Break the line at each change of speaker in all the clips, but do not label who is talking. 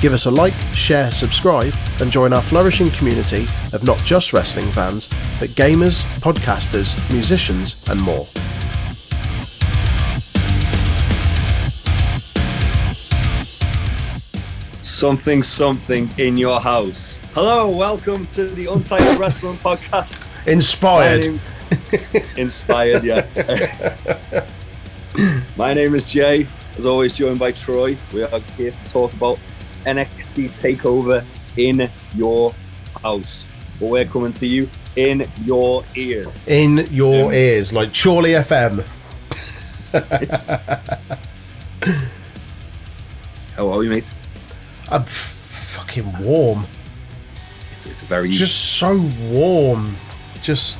Give us a like, share, subscribe, and join our flourishing community of not just wrestling fans, but gamers, podcasters, musicians, and more.
something something in your house. Hello, welcome to the Untitled Wrestling Podcast.
Inspired.
My name- Inspired, yeah. My name is Jay. As always, joined by Troy. We are here to talk about NXT Takeover in your house, but we're coming to you in your ear.
in your ears, like Chorley FM.
How are we, mate?
I'm f- fucking warm.
It's, it's very
Just so warm. Just,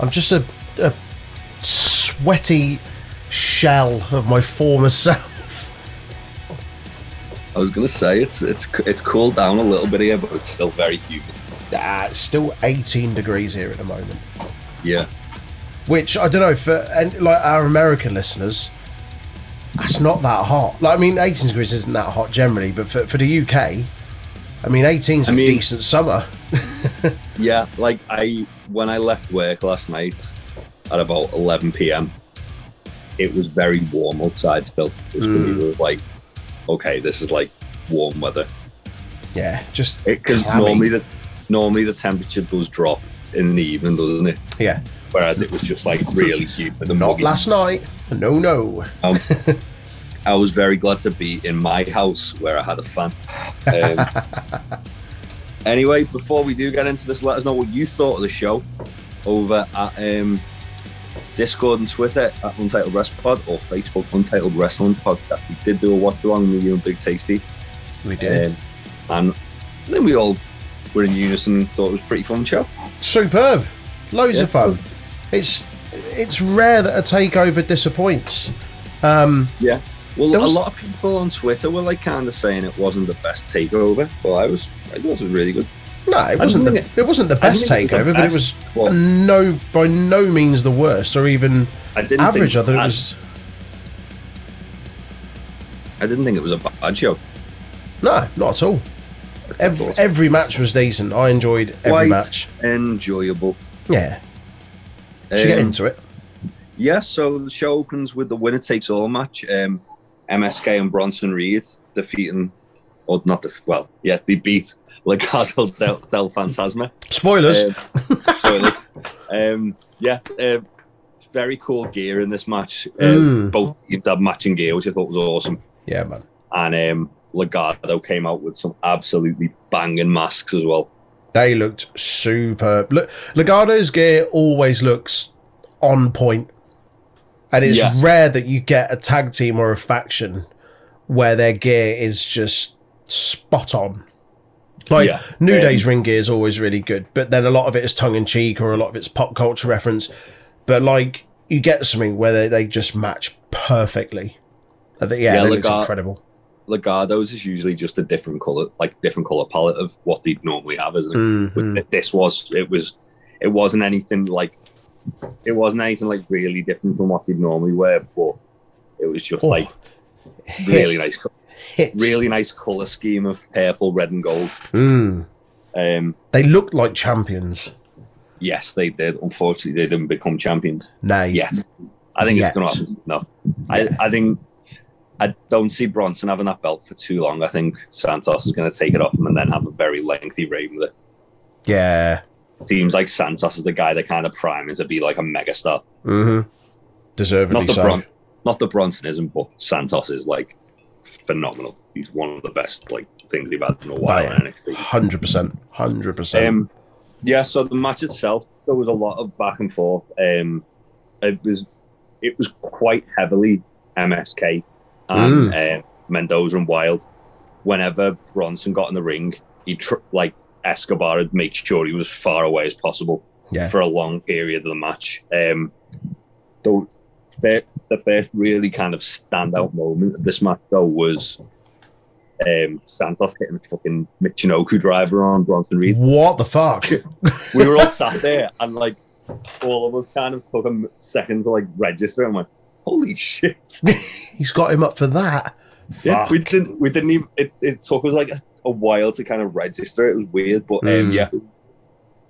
I'm just a, a sweaty shell of my former self.
I was gonna say it's it's it's cooled down a little bit here, but it's still very humid.
Ah, it's still 18 degrees here at the moment.
Yeah.
which I don't know for and like our American listeners, that's not that hot. Like I mean, 18 degrees isn't that hot generally, but for, for the UK, I mean, 18 is a
I mean-
decent summer.
Yeah, like I when I left work last night at about 11 p.m. It was very warm outside still. It was like, okay, this is like warm weather.
Yeah, just
Because
clammy.
normally the normally the temperature does drop in the evening, doesn't it?
yeah,
Whereas it was just like really humid and
not
muggy.
last night. No, no.
Um, I was very glad to be in my house where I had a fan. Um, anyway, before we do get into this, let us know what you thought of the show over at um, Discord and Twitter at Untitled Wrestling Pod or Facebook Untitled Wrestling Podcast. We did do a watch along with you and Big Tasty,
We did
um, and then we all were in unison and thought it was a pretty fun show.
superb, loads
Yeah.
of fun. It's it's rare that a takeover disappoints. Um,
Yeah. Well,
There was-
a lot of people on Twitter were like kind of saying it wasn't the best takeover. Well, I was, it was really good.
no, it wasn't the
think
it, wasn't the best
think it was
takeover,
the
but it
best.
was
Well-
no by no means the worst or even
I didn't
average.
Think,
Other it
I-
was
I didn't think it was a bad show.
No, not at all. Every,
Thought.
every match was decent. I enjoyed every
Quite
match.
enjoyable.
Yeah, should get
Um,
into it.
Yeah, so the show opens with the winner takes all match. Um, MSK and Bronson Reed defeating, or not the well, yeah, they beat Legado del, del Fantasma.
Spoilers.
Um, spoilers. um, yeah, uh, very cool gear in this match. Uh,
Mm.
Both teams had matching gear, which I thought was awesome.
yeah, man.
And um, Legado came out with some absolutely banging masks as well.
They looked superb. Look, Legado's gear always looks on point, and it's
Yeah.
rare that you get a tag team or a faction where their gear is just spot on. Like
Yeah.
New
Um,
Day's ring gear is always really good, but then a lot of it is tongue in cheek or a lot of it's pop culture reference. But like you get something where they, they just match perfectly. I think- yeah,
Yeah,
that looks
Legado-
incredible.
Legados is usually just a different color, like different color palette of what they'd normally have, isn't it?
Mhm.
Th- This was it was it wasn't anything like it wasn't anything like really different from what they'd normally wear, but it was just
Oh,
like
hit,
really nice, co-
hit.
really nice color scheme of purple, red, and gold.
Mm.
Um,
They look like champions.
yes, they did. Unfortunately, they didn't become champions
Nay,
yet. I think
Yet.
it's going to happen. No, I, I think. I don't see Bronson having that belt for too long. I think Santos is going to take it off him and then have a very lengthy reign with it.
yeah.
seems like Santos is the guy that kind of priming to be like a megastar.
hmm Deservedly
Not the
so.
Bron- not the Bronson isn't, but Santos is like phenomenal. He's one of the best like things they've had in a while
yeah.
in NXT.
Hundred percent. Hundred percent.
Um, yeah, so the match itself, there was a lot of back and forth. Um, it was it was quite heavily MSK and um Mendoza and Wild. Whenever Bronson got in the ring, he tr- like Escobar had made sure he was far away as possible
Yeah.
for a long period of the match. Um, the, fir- the first really kind of standout moment of this match, though, was um, Santos hitting a fucking Michinoku driver on Bronson Reed.
What the fuck?
we were all sat there and like all of us kind of took a m- second to like register and went, holy shit.
He's got him up for that.
Yeah,
Fuck.
we didn't. We didn't even. It, it took us like a, a while to kind of register. It was weird, but um,
Mm.
yeah,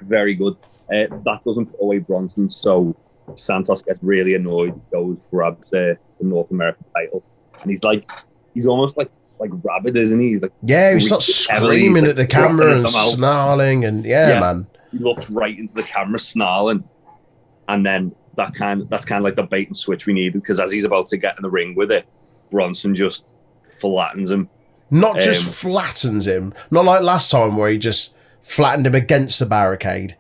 very good. Uh, that doesn't put away Bronson, so Santos gets really annoyed. Goes grabs uh, the North American title, and he's like, he's almost like like rabid, isn't he? He's like
Yeah, he starts
Everybody's,
screaming
like,
at the
dropping
camera
at
and
the mouth.
snarling, and yeah,
Yeah.
man.
he looks right into the camera, snarling, and then that kind that's kind of like the bait and switch we needed because as he's about to get in the ring with it, Bronson just flattens him.
Not just
Um,
flattens him, not like last time where he just flattened him against the barricade,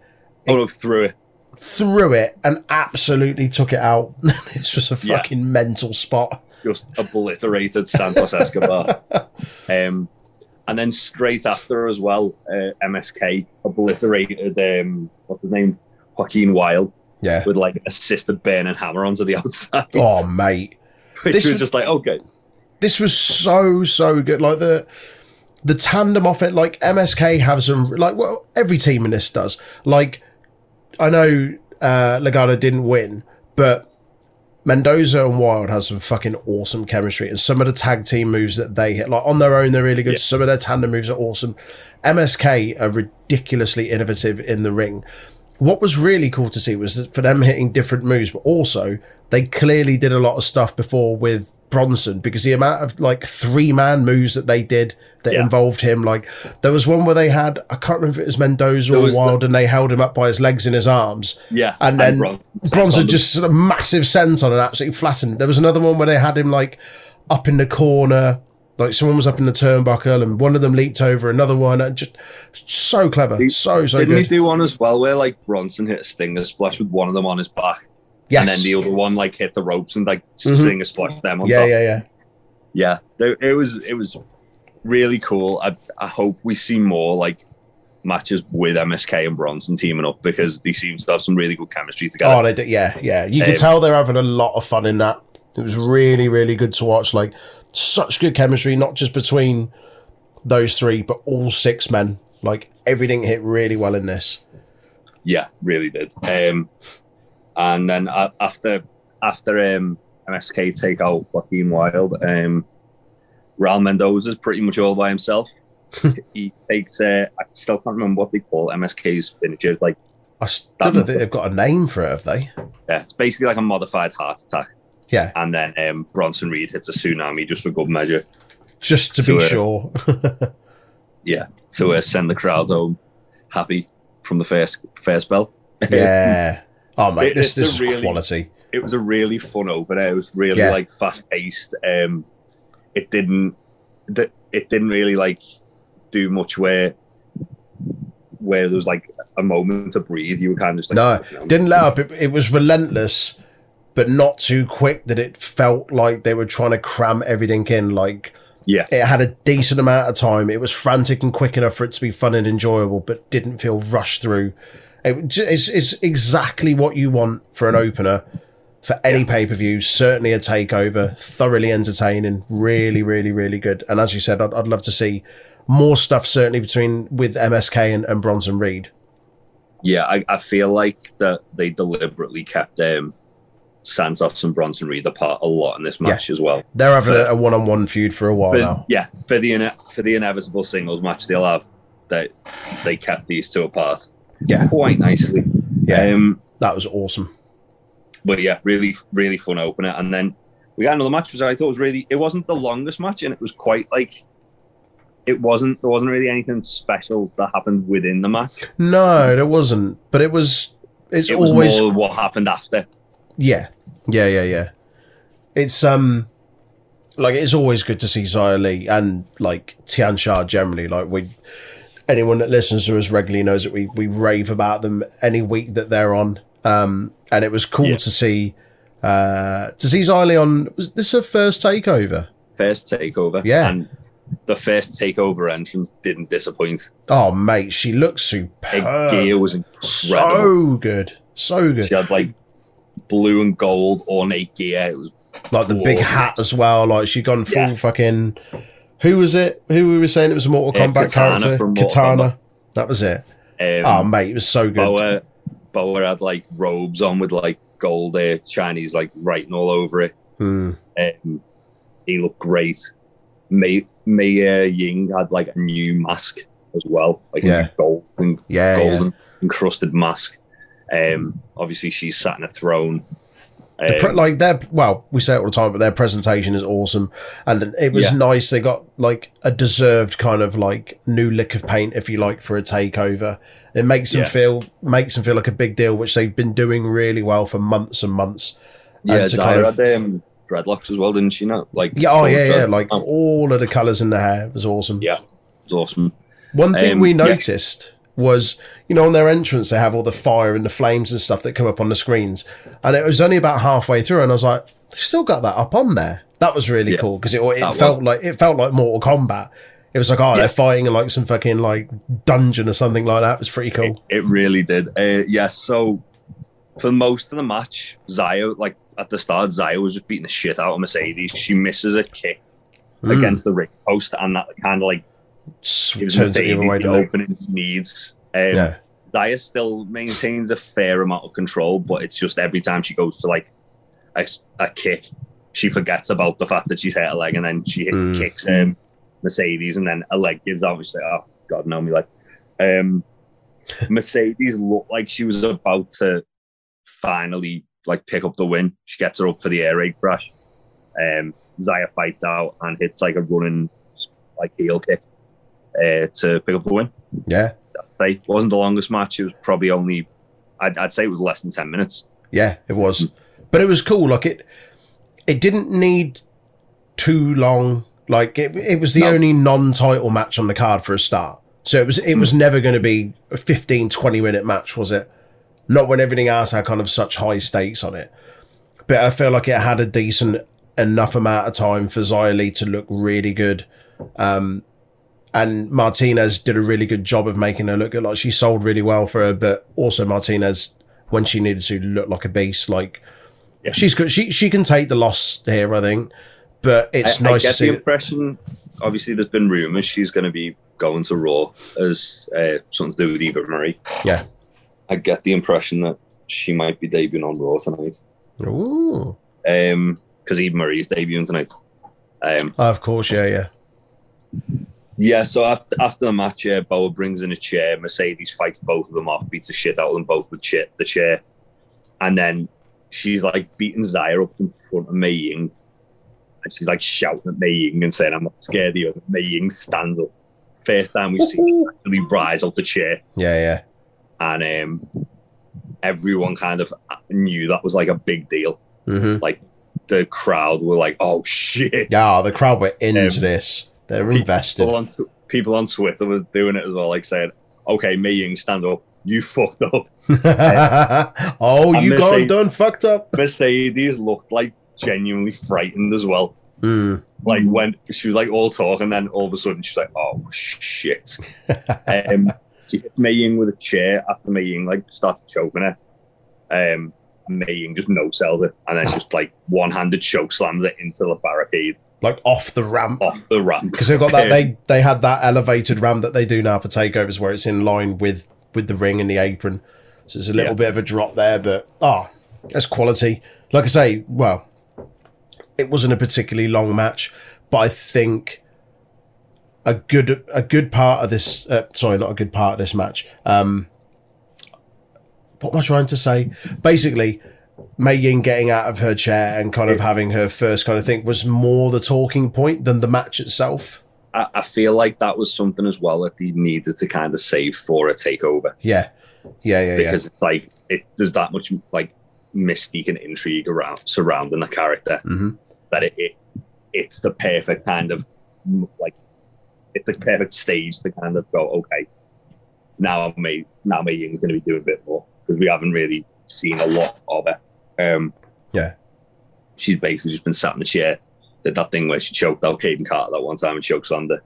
Oh no, through it.
threw it, and absolutely took it out. this was a
Yeah.
fucking mental spot.
just obliterated Santos Escobar. Um, and then straight after as well, uh, MSK obliterated um, what's his name, Joaquin Wild,
Yeah.
with like assisted burning hammer onto the outside,
Oh, mate.
which
this
was
is-
just like okay,
this was so so good like the the tandem off it like msk have some like well every team in this does like i know uh legado didn't win but mendoza and wild has some fucking awesome chemistry and some of the tag team moves that they hit like on their own they're really good
Yeah.
some of their tandem moves are awesome msk are ridiculously innovative in the ring what was really cool to see was that for them hitting different moves, but also they clearly did a lot of stuff before with Bronson because the amount of like three man moves that they did that
Yeah.
involved him, like there was one where they had I can't remember if it was Mendoza
There
or
was the-
Wild, and they held him up by his legs and his arms.
yeah,
And then
Bron-
Bronson
Bronson-
just sort of massive senton and absolutely flattened. There was another one where they had him like up in the corner, like someone was up in the turnbuckle, and one of them leaped over another one, and just so clever,
Did-
so so
didn't he
good.
do one as well where like Bronson hit a stinger splash with one of them on his back,
Yes,
and then the other one like hit the ropes and like
Mhm.
stinger splashed them on
yeah,
top.
yeah, yeah.
yeah there, it was it was really cool I, I hope we see more like matches with msk and bronson teaming up because they seem to have some really good chemistry
Oh,
together
they do. Yeah, yeah. You
Um,
could tell they're having a lot of fun in that. It was really, really good to watch. Like such good chemistry, not just between those three, but all six men. Like everything hit really well in this.
yeah really did um and then a after after um msk take out joaquin wild um Raul Mendoza's pretty much all by himself. he takes, uh, I still can't remember what they call MSK's finisher. It's Like,
I still don't think they've got a name for it, have they?
yeah, it's basically like a modified heart attack.
Yeah,
And then um, Bronson Reed hits a tsunami just for good measure.
just to
So,
be
uh,
sure.
yeah, to uh, send the crowd home happy from the first first belt.
yeah. Oh mate,
It-
this
it's
this
a
is
really-
quality.
It was a really fun opener. It was really
Yeah.
like fast paced. Um, it didn't th- it didn't really like do much where where there was like a moment to breathe. You were kind of just like
No,
you know,
Didn't let up. It, it was relentless, but not too quick that it felt like they were trying to cram everything in. Like
yeah,
it had a decent amount of time. It was frantic and quick enough for it to be fun and enjoyable, but didn't feel rushed through. It, j- it's, it's exactly what you want for an opener for any pay per view. Certainly a takeover, thoroughly entertaining, really, really, really good. And as you said, I'd, I'd love to see more stuff. Certainly between with MSK and, and Bronson Reed.
yeah. I, I feel like that they deliberately kept um, Santos and Bronson Reed apart a lot in this match as well.
They're having
Fair.
a one on one feud for a while
for,
now.
Yeah, for the ine- for the inevitable singles match they'll have, they they kept these two apart.
Yeah.
quite nicely.
Yeah,
Um,
that was awesome.
but yeah, really really fun opener, and then we got another match which I thought was really. It wasn't the longest match, and it was quite like. It wasn't. There wasn't really anything special that happened within the match.
No, there wasn't, but it was. It's
It was
always
more what happened after.
Yeah, yeah, yeah, yeah. It's um, like it's always good to see Xia Li and like Tian Sha generally. Like we, anyone that listens to us regularly knows that we we rave about them any week that they're on. Um, and it was cool
Yeah.
to see, uh, to see Xia Li on. Was this her first takeover?
First takeover,
Yeah.
and the first takeover entrance didn't disappoint.
Oh, mate, she looks
Her
superb.
gear was incredible.
So good. So good.
She had like blue and gold ornate gear. It was
Like the big
Whoa.
hat as well. Like she gone full
Yeah.
fucking. Who was it? Who we were saying it was a Mortal
Uh,
Kombat
Katana
character?
from Mortal
Katana. That was it. oh,
um,
mate, it was so good.
Boa. Boa had like robes on with like gold uh, Chinese like writing all over it.
Hmm.
Um, he looked great. Mei Mei uh, Ying had like a new mask as well, like a
Yeah.
new gold and
Yeah, yeah.
golden encrusted mask. Um, obviously she's sat in a throne.
The pre-
Um,
like their well, we say it all the time, but their presentation is awesome, and it was
Yeah.
nice. They got like a deserved kind of like new lick of paint, if you like, for a takeover. It makes them
Yeah.
feel makes them feel like a big deal, which they've been doing really well for months and months.
yeah,
and to kind
Zara
of-
had um, dreadlocks as well, didn't she? Not like
Yeah, oh yeah, yeah,
dreadlocks.
like
Oh,
all of the colors in the hair was awesome.
yeah, it was awesome.
One thing
Um,
we
yeah.
noticed was, you know, on their entrance, they have all the fire and the flames and stuff that come up on the screens. And it was only about halfway through, and I was like, they've still got that up on there. That was really
Yeah.
cool because it, it
That
felt like it felt like Mortal Kombat. It was like, oh,
Yeah.
they're fighting in like some fucking like dungeon or something like that. It was pretty
It,
cool.
it really did. Uh, yeah, so for most of the match, Zaya, like at the start, Zaya was just beating the shit out of Mercedes. She misses a kick
Mm.
against the ring post, and that kind of like
S-
gives
Mm. turns it the
Mercedes
other way,
the
doesn't it?
opening she needs. Um,
Yeah.
Zaya still maintains a fair amount of control, but it's just every time she goes to like a, s- a kick, she forgets about the fact that she's hit a leg, and then she hit,
Mm.
kicks um, Mercedes, and then a leg gives out. and She's like, "Oh God, no!" Me like, um, Mercedes looked like she was about to finally like pick up the win. She gets her up for the air raid crash. Um, Zaya fights out and hits like a running like heel kick uh, to pick up the win
Yeah.
say it wasn't the longest match. It was probably only, I'd, I'd say it was less than ten minutes.
Yeah, it was. But it was cool. Like it, it didn't need too long. Like it, it was the
No.
only non-title match on the card for a start. So it was it was never going to be a 15 20 minute match, was it? Not when everything else had kind of such high stakes on it. But I feel like it had a decent enough amount of time for Xylee to look really good. Um and Martinez did a really good job of making her look good. Like she sold really well for her, but also Martinez when she needed to look like a beast. Like
Yeah.
she's good. She she can take the loss here, I think. But it's
I,
nice to
I get the
see.
impression. Obviously, there's been rumours she's going to be going to Raw as uh, something to do with Eva Marie.
Yeah.
I get the impression that she might be debuting on Raw tonight.
Ooh.
Um, because Eva Marie's debuting tonight. Um,
Oh, of course, yeah, yeah.
yeah. So after after the match, uh, Boa brings in a chair. Mercedes fights both of them off, beats the shit out of them both with chair, the chair, and then she's like beating Zaya up in front of Mei Ying. And she's like shouting at Mei Ying and saying, I'm not scared of you. And Mei Ying stands up. First time we see her actually rise up the chair.
Yeah, yeah.
And um, everyone kind of knew that was like a big deal.
Mm-hmm.
The crowd were like, oh shit.
Yeah, the crowd were into
Um,
this. They're
people-
invested.
People on, people on Twitter was doing it as well, like saying, okay, Mei Ying, stand up. You fucked up.
oh,
I'm
you gone
missing-
done fucked up.
Mercedes looked like genuinely frightened as well.
Mm.
like when she was like all talk and then all of a sudden she's like oh shit um she hits Mei Ying with a chair after Mei Ying like starts choking her um Mei Ying just no sells it and then just like one handed choke slams it into the barricade
Like off the ramp.
off the ramp
Because they've got that
Um,
they they had that elevated ramp that they do now for takeovers where it's in line with with the ring and the apron. So there's a little
Yeah.
bit of a drop there, but ah, that's quality. Like I say, well, it wasn't a particularly long match, but I think a good a good part of this uh, sorry, not a good part of this match. Um what am I trying to say? Basically, Mei Ying getting out of her chair and kind of having her first kind of thing was more the talking point than the match itself.
I, I feel like that was something as well that they needed to kind of save for a takeover
Yeah, yeah, yeah,
because it's like it there's that much like mystique and intrigue around surrounding the character
yeah. hmm
that it, it it's the perfect kind of like it's the perfect stage to kind of go okay now me now me Ying's going to be doing a bit more because we haven't really seen a lot of her. Um,
Yeah.
she's basically just been sat in the chair. The- did that thing where she choked out Caden Carter that one time and choked Sander,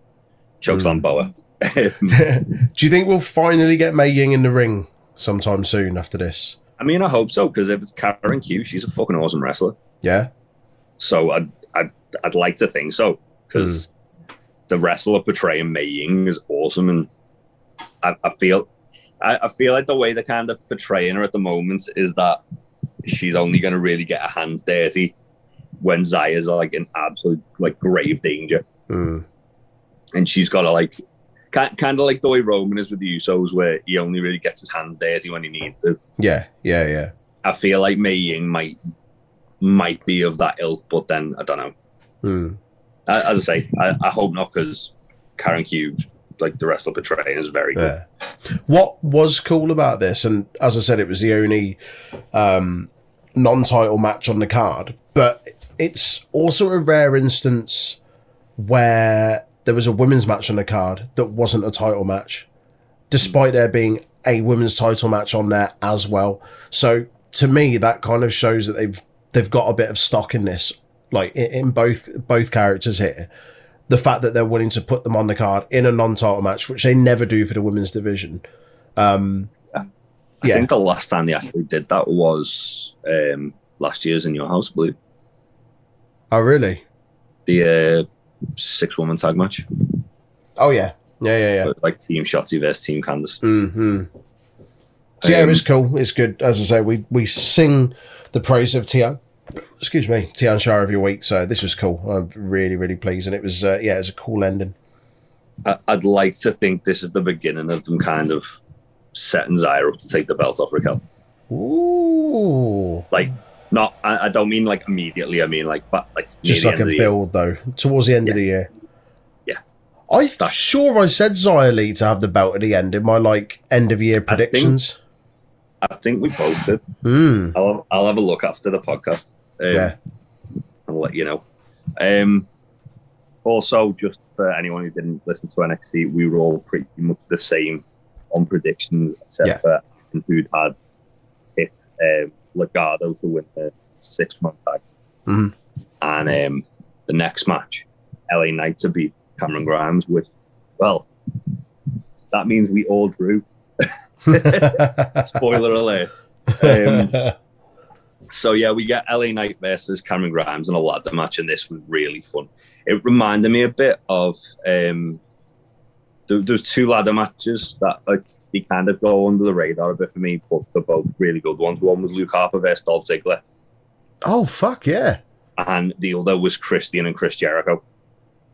choked
Mm.
mm. Bauer. Um,
Mm-hmm. Do you think we'll finally get Mei Ying in the ring sometime soon after this?
I mean, I hope so because if it's Karen Q, she's a fucking awesome wrestler.
Yeah.
So I'd I'd, I'd like to think so because the wrestler portraying Mei Ying is awesome, and I, I feel I, I feel like the way they're kind of portraying her at the moment is that she's only going to really get her hands dirty when Zaya's like in absolute like grave danger,
Mm.
and she's got to like. Kind of like the way Roman is with the Usos, where he only really gets his hands dirty when he needs to.
Yeah. Yeah. Yeah.
I feel like Mei Ying might might be of that ilk, but then I don't know.
Mm.
I- Uh, As I say, I, I hope not because Karen Cube, like the wrestler portraying, is very good.
Yeah. What was cool about this, and as I said, it was the only um, non-title match on the card, but it's also a rare instance where there was a women's match on the card that wasn't a title match, despite there being a women's title match on there as well. So to me, that kind of shows that they've they've got a bit of stock in this, like in, in both both characters here the fact that they're willing to put them on the card in a non-title match, which they never do for the women's division. Um,
I
yeah.
think the last time they actually did that was um, last year's in your house, I believe.
oh, really?
The uh, six woman tag match,
Oh, yeah, yeah, yeah, yeah.
with, like Team Shotzi versus Team Candice.
hmm So yeah,
Um,
it's cool. It's good. As I say, we we sing the praise of Tian. Excuse me, Tian Shah every week. So this was cool. I'm really, really pleased, and it was uh, yeah, it was a cool ending.
I, I'd like to think this is the beginning of them kind of setting Zaya up to take the belt off Raquel.
Ooh,
Like, not, I, I don't mean like immediately. I mean like, but like near
just
the
like
end
a
of the year.
build though towards the end of the year.
Yeah.
I'm
That's-
sure I said Xia Li to have the belt at the end in my like end of year predictions.
I think we both did.
Hmm.
I'll, I'll have a look after the podcast. Um,
Yeah.
I'll let you know. Um, also, just for anyone who didn't listen to NXT, we were all pretty much the same on predictions, except
Yeah.
for who had hit um, Legado to win the six month tag.
Mhm.
And um, the next match, LA Knight to beat Cameron Grimes, which, well, that means we all drew. Spoiler alert. Um, So yeah, we got LA Knight versus Cameron Grimes and a ladder match, and this was really fun. It reminded me a bit of um, there, there's two ladder matches that like they kind of go under the radar a bit for me, but they're both really good ones. One was Luke Harper versus Dolph Ziggler,
oh fuck yeah!
and the other was Christian and Chris Jericho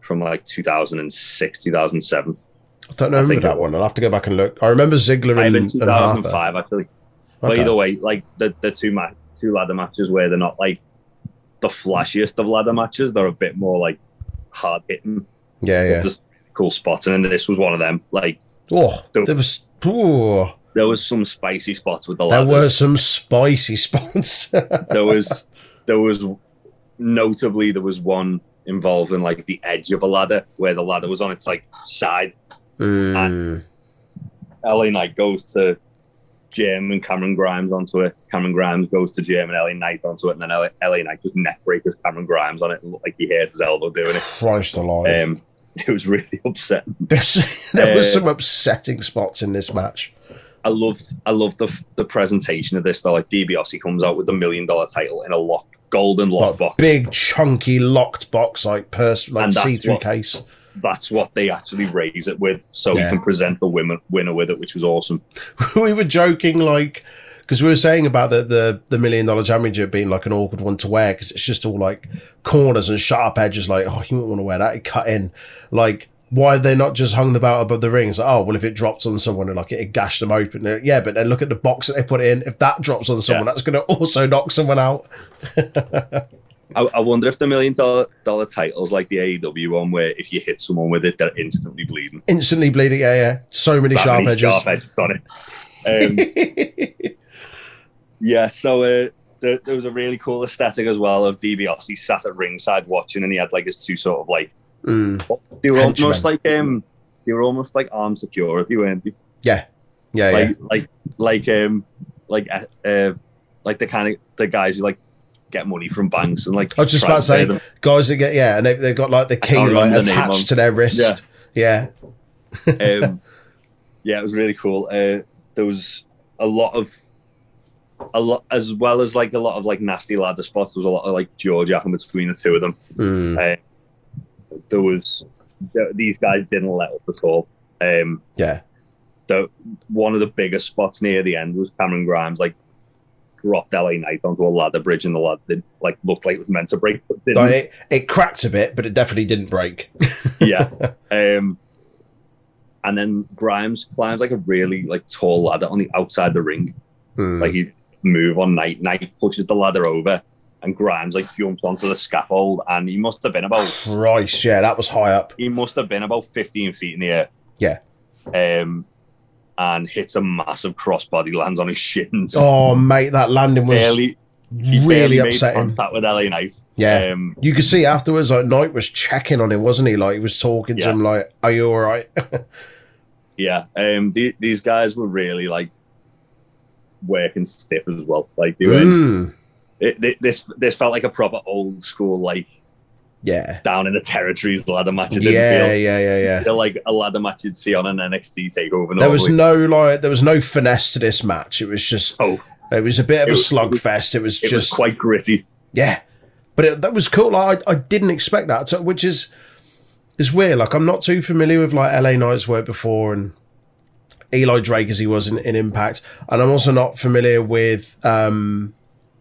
from like 2006, 2007.
I don't
I
remember
think
that
it-
one. I'll have to go back and look. I remember Ziggler
I've
and,
been
and Harper.
2005 actually. But
Okay.
either way, like the, the two ma- two ladder matches where they're not like the flashiest of ladder matches, they're a bit more like hard hitting.
Yeah, yeah.
Just cool spots. And then this was one of them. Like
Oh,
the-
there was. Ooh,
there was some spicy spots with the
there
ladders.
were some spicy spots.
there was there was notably there was one involving like the edge of a ladder where the ladder was on its like side.
Mm,
LA Knight goes to Jim and Cameron Grimes onto it. Cameron Grimes goes to Jim and LA Knight onto it, and then LA, LA Knight just neck breakers Cameron Grimes on it and looked like he hurt his elbow doing it.
Christ alive!
Um, it was really upsetting.
There's- there were
uh,
some upsetting spots in this match.
I loved I loved the the presentation of this though. Like DiBiase comes out with the million dollar title in a locked golden
Like
lockbox.
big, chunky, locked box, like purse, like
And that's
see-through
what-
case.
That's what they actually raise it with, so
Yeah.
we can present the women winner with it, which was awesome.
we were joking, like, because we were saying about the, the the million dollar championship being like an awkward one to wear because it's just all like corners and sharp edges. Like, oh, you wouldn't want to wear that. It cut in. Like, why have they not just hung the belt above the rings? oh, well, if it drops on someone, like it gashed them open. Uh, Yeah, but then look at the box that they put in. If that drops on someone, that's going to also knock someone out.
I, I wonder if the million dollar dollar titles like the AEW one, where if you hit someone with it, they're instantly bleeding.
Instantly bleeding. Yeah, yeah. So many sharp
Batman's
edges.
sharp edges on it. Um, yeah, so uh, there, there was a really cool aesthetic as well of DiBiase sat at ringside watching, and he had like his two sort of like
Mm,
they were
Henchmen.
almost like um they were almost like armed security, weren't they?
yeah, yeah.
Like like like um like uh, uh, like the kind of the guys who like get money from banks and like.
I was just
try
about to
and pay
say,
them.
guys that get yeah, and they've, they've got like the key
can't
like
remember the name of 'em.
attached to their wrist. Yeah,
um, yeah, it was really cool. Uh, there was a lot of a lot as well as like a lot of like nasty ladder spots. There was a lot of like jaw jacking between the two of them.
Mm.
There was th- these guys didn't let up at all. Um,
yeah.
the one of the biggest spots near the end was Cameron Grimes like dropped LA Knight onto a ladder bridge and the ladder did, like looked like it was meant to break but didn't.
Like, it, it cracked a bit, but it definitely didn't break.
yeah. Um, and then Grimes climbs like a really like tall ladder on the outside the ring.
Mm.
Like he move on Knight. Knight pushes the ladder over, and Grimes like jumps onto the scaffold, and he must have been about
Christ, yeah, that was high up.
he must have been about fifteen feet in the air.
Yeah.
Um, and hits a massive crossbody, lands on his shins.
Oh, mate, that landing was
barely, he
really
barely made
upsetting.
contact with LA Knight.
Yeah.
Um,
You could see afterwards, like Knight was checking on him, wasn't he? Like he was talking to
Yeah.
him, like, "Are you all right?"
yeah. Um, the, these guys were really like working stiff as well. Like they were.
Mm.
it, thi- this this felt like a proper old school like
Yeah,
down in the territories ladder match. It didn't
yeah, yeah,
feel
yeah, yeah.
feel like a ladder match you'd see on an NXT takeover.
There was
normally.
no like, there was no finesse to this match. It was just,
oh,
it was a bit of
It
a
was-
slugfest. It was
it was
just,
quite gritty.
yeah. But it, that was cool. Like, I I didn't expect that, so- which is is weird. Like I'm not too familiar with like LA Knight's work before and Eli Drake as he was in, in Impact, and I'm also not familiar with um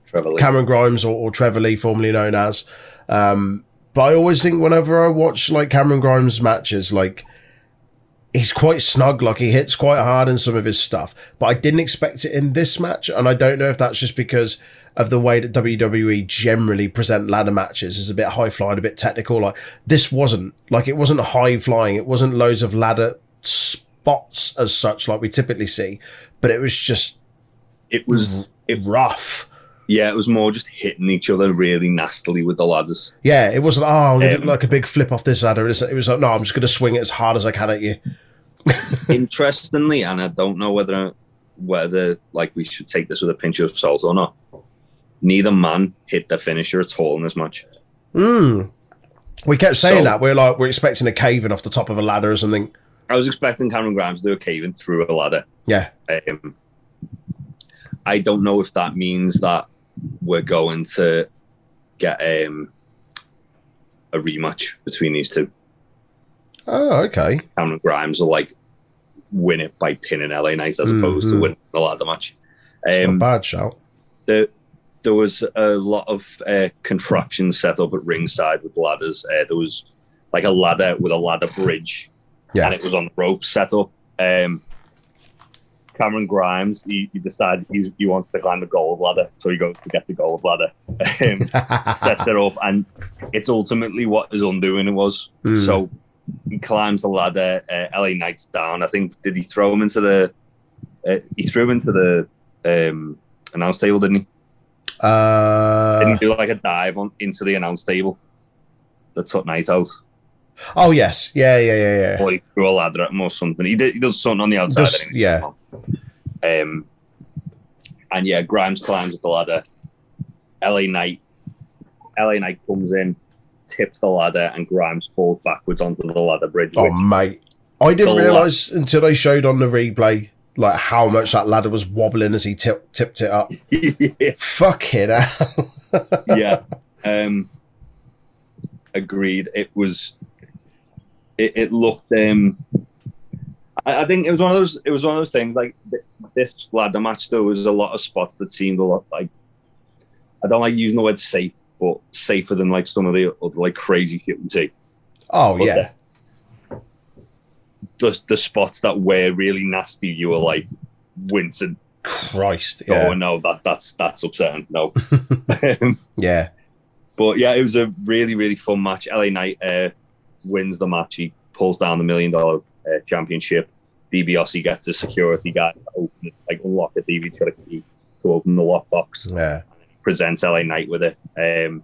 Trevor Lee.
Cameron Grimes or, or Trevor Lee, formerly known as. Um, but I always think whenever I watch like Cameron Grimes matches, like he's quite snug, like he hits quite hard in some of his stuff. But I didn't expect it in this match, and I don't know if that's just because of the way that WWE generally present ladder matches is a bit high flying, a bit technical. Like this wasn't like it wasn't high flying, it wasn't loads of ladder spots as such like we typically see, but it was just
It was it,
rough.
yeah, it was more just hitting each other really nastily with the ladders.
Yeah, it wasn't. Oh, I'm gonna do
Um,
like a big flip off this ladder. It was, it was like, no, I'm just going to swing it as hard as I can at you.
Interestingly, and I don't know whether whether like we should take this with a pinch of salt or not. Neither man hit the finisher at all in this match.
Mm. We kept saying
So-
that we're like we're expecting a caving off the top of a ladder or something.
I was expecting Cameron Grimes to do a cave-in through a ladder.
Yeah,
Um, I don't know if that means that we're going to get um, a rematch between these two.
Oh, okay.
Cameron Grimes will like win it by pinning LA Knight as opposed
Mhm.
to winning the ladder match.
It's not a
Um,
bad shout.
the, there was a lot of uh, contraptions set up at ringside with ladders. Uh, there was like a ladder with a ladder bridge,
Yeah.
and it was on the rope set up. Um, Cameron Grimes, he, he decides he, he wants to climb the gold ladder, so he goes to get the gold ladder, um, sets it off, and it's ultimately what his undoing was.
Mm.
So he climbs the ladder. Uh, LA Knight's down. I think did he throw him into the? Uh, he threw him into the um, announce table, didn't he? Didn't
Uh,
he do like a dive on into the announce table that took night out.
oh yes, yeah, yeah, yeah, yeah.
Or he threw a ladder at him or something. He, did, he does something on the outside.
Does-
anyway.
yeah,
Um, and yeah, Grimes climbs up the ladder. LA Knight, LA Knight comes in, tips the ladder, and Grimes falls backwards onto the ladder bridge.
oh
which-
mate, I didn't
The la-
realize until they showed on the replay like how much that ladder was wobbling as he tip, tipped it up. Fucking hell.
yeah. Um, agreed. It was. It, it looked. Um, I, I think it was one of those. It was one of those things. Like th- this ladder match, there was a lot of spots that seemed a lot like. I don't like using the word safe, but safer than like some of the other like crazy shit we see.
Oh
Okay.
yeah,
The the spots that were really nasty, you were like wincing.
Christ, yeah,
Oh no, that that's that's upsetting. No. Um,
yeah.
But yeah, it was a really, really fun match. LA Knight uh, wins the match. He pulls down the million dollar uh, championship. DiBiase gets a security guy to open, like unlock the DB got a key to open the lockbox.
Yeah.
Presents LA Knight with it. Um,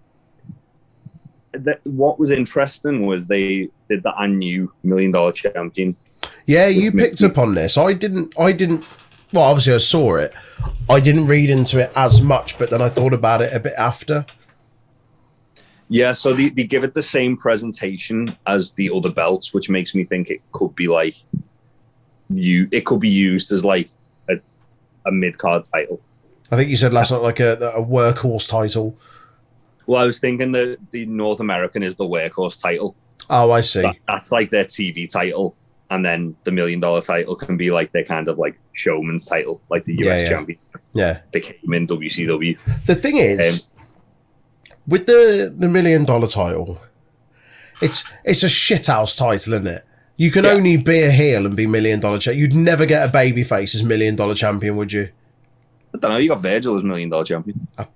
th- what was interesting was they did that new million dollar champion.
Yeah, you
Which
picked
makes me-
up on this. I didn't I didn't well, obviously I saw it. I didn't read into it as much, but then I thought about it a bit after.
Yeah, so they, they give it the same presentation as the other belts, which makes me think it could be like you. It could be used as like a, a mid card title.
I think you said last night like a, a workhorse title.
Well, I was thinking that the North American is the workhorse title.
Oh, I see.
That, that's like their TV title, and then the million dollar title can be like their kind of like showman's title, like the US
Yeah, yeah.
champion
Yeah.
became in WCW.
The thing is,
Um,
with the the million dollar title, it's it's a shithouse title, isn't it? You can
Yeah.
only be a heel and be million dollar champion. You'd never get a baby face as million dollar champion, would you?
I don't know. You got Virgil as million dollar champion.
Ah,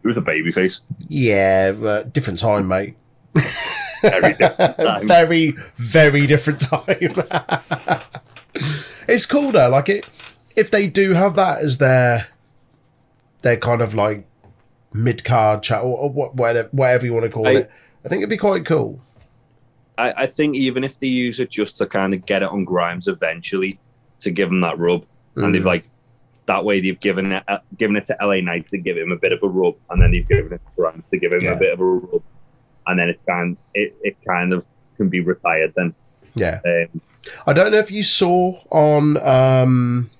He was a babyface.
Yeah, but different time, mate.
Very different time.
very, very different time. it's cool though. Like it, if they do have that as their, their kind of like mid card chat or, or what- whatever, whatever you want to call
I-
it, I think it'd be quite cool.
I, I think even if they use it just to kind of get it on Grimes eventually to give him that rub, and
Mm.
they've like that way they've given it uh, given it to LA Knight to give him a bit of a rub, and then they've given it to Grimes to give him
Yeah.
a bit of a rub, and then it's kind it, it kind of can be retired then.
Yeah.
Um,
I don't know if you saw on, um,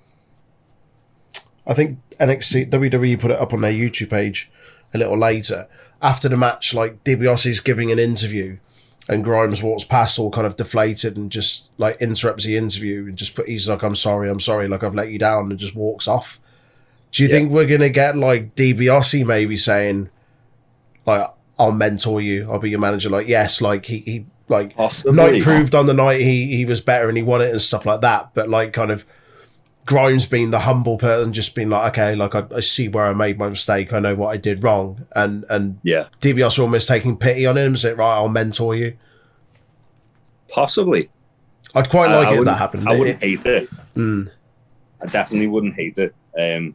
I think NXT WWE E put it up on their YouTube page a little later after the match. Like DiBiase's giving an interview, and Grimes walks past, all kind of deflated, and just like interrupts the interview and just put he's like, "I'm sorry, I'm sorry, like I've let you down," and just walks off. Do you
Yeah.
think we're gonna get like DiBiase maybe saying, like, "I'll mentor you, I'll be your manager"? Like, yes, like he he like
possibly.
Knight proved on the night he he was better and he won it and stuff like that. But like kind of Grimes being the humble person, just being like, okay, like I, I see where I made my mistake. I know what I did wrong, and and
yeah,
DiBiase almost taking pity on him. Said, right, I'll mentor you.
possibly.
I'd quite
I-
like
I
it if that
wouldn't-
happened.
I wouldn't
It-
hate it.
mm.
I definitely wouldn't hate it. Um,